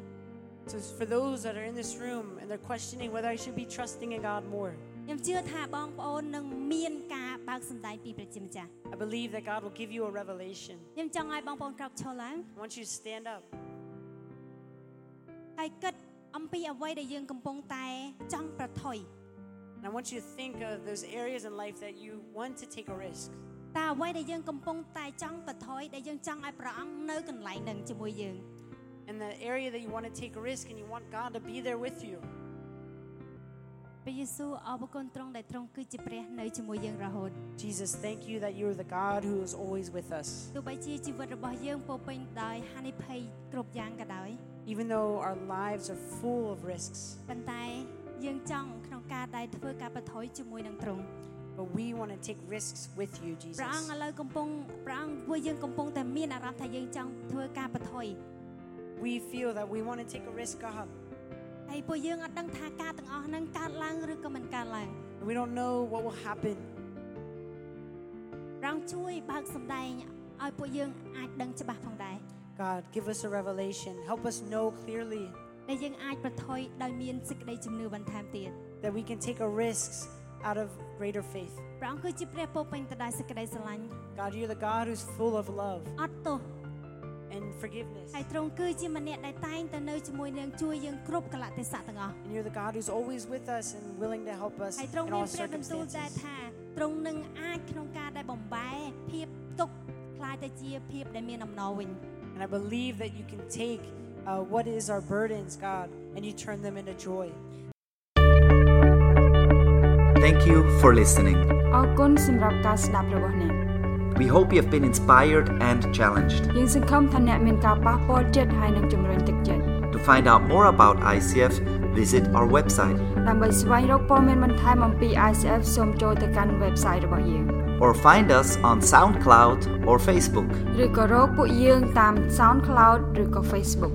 [SPEAKER 2] So, it's for those that are in this room and they're questioning whether I should be trusting in God more,
[SPEAKER 1] ញ ខ្ញុំជឿថាបងប្អូននឹងមានការបើកសម្ដែងពីព្រះជាម្ចាស់
[SPEAKER 2] I believe that God will give you a revelation.
[SPEAKER 1] ខ្ញុំចង់ឲ្យបងប្អូនក្រោកឈរឡើង
[SPEAKER 2] I want you to stand up
[SPEAKER 1] ហើយគិតអំពីអ្វីដែលយើងកំពុងតែចង់ប្រថុយ
[SPEAKER 2] and I want you to think of those areas in life that you want to take a risk.
[SPEAKER 1] តើអ្វីដែលយើងកំពុងតែចង់ប្រថុយដែលយើងចង់ឲ្យព្រះអង្គនៅកន្លែងនឹងជាមួយយើង
[SPEAKER 2] And the area that you want to take a risk and you want God to be there with you.
[SPEAKER 1] ព្រះយេស៊ូវអបគុណទ្រង់ដែលទ្រង់គឺជាព្រះនៅជាមួយយើងរហូត
[SPEAKER 2] Jesus, thank you that you are the God who is always with us.
[SPEAKER 1] ទោះបីជាជីវិតរបស់យើងពោរពេញដោយហានិភ័យគ្រប់យ៉ាងក៏ដោយ
[SPEAKER 2] Even though our lives are full of risks,
[SPEAKER 1] ប៉ុន្តែយើងចង់ក្នុងការដែលធ្វើការប្រថុយជាមួយនឹងទ្រង់
[SPEAKER 2] but we want to take risks with you,
[SPEAKER 1] ព្រះអង្គ
[SPEAKER 2] Jesus.
[SPEAKER 1] ឥឡូវកំពុងព្រះអង្គពួកយើងកំពុងតែមានអារម្មណ៍ថាយើងចង់ធ្វើការប្រថុយ
[SPEAKER 2] We feel that we want to take a risk, God.
[SPEAKER 1] ហើយពួកយើងអត់ដឹងថាការទាំងអស់ហ្នឹងកើតឡើងឬក៏មិនកើតឡើង
[SPEAKER 2] And we don't know what will happen.
[SPEAKER 1] ព្រះអង្គជួយបើកសម្ដែងឲ្យពួកយើងអាចដឹងច្បាស់ផងដែរ
[SPEAKER 2] God, give us a revelation. Help us know clearly
[SPEAKER 1] ដែលយើងអាចប្រថុយដោយមានសេចក្តីជំនឿបន្ថែមទៀត
[SPEAKER 2] that we can take our risks out of greater faith.
[SPEAKER 1] ព្រះអង្គគឺជាព្រះពោរពេញទៅដោយសេចក្តីស្រឡាញ់
[SPEAKER 2] God, you're the God who's full of love
[SPEAKER 1] អត់ទោស
[SPEAKER 2] and forgiveness.
[SPEAKER 1] ហើយទ្រង់គឺជាម្នាក់ដែលតែងតែនៅជាមួយនឹងជួយយើងគ្រប់កលៈទេសៈទាំងអស់
[SPEAKER 2] And you're the God who's always with us and willing to help us
[SPEAKER 1] ហើយទ្រង់
[SPEAKER 2] in
[SPEAKER 1] មា
[SPEAKER 2] all
[SPEAKER 1] នព្រះបន្ទូលដែរ
[SPEAKER 2] circumstances.
[SPEAKER 1] ថាទ្រង់នឹងអាចក្នុងការដែលបំបែភាពទុក្ខខ្លាយទៅជាភាពដែលមានអំណរវិញ
[SPEAKER 2] And I believe that you can take uh, what is our burdens, God, and you turn them into joy.
[SPEAKER 3] Thank you for listening.
[SPEAKER 4] អរគុណសម្រាប់ការស្ដាប់របស់អ្នក
[SPEAKER 3] We hope you have been inspired and challenged.
[SPEAKER 4] យើងសង្ឃឹមថាអ្នកមានការប៉ះពាល់ចិត្តហើយនឹងជំរុញទឹកចិត្ត
[SPEAKER 3] To find out more about ICF, visit our website
[SPEAKER 4] ដើម្បីស្វែងរកព័ត៌មានបន្ថែមអំពី ICF សូមចូលទៅកាន់ website របស់យើង
[SPEAKER 3] or find us on SoundCloud or Facebook.
[SPEAKER 4] ឬក៏រកពួកយើងតាម SoundCloud ឬក៏ Facebook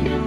[SPEAKER 4] you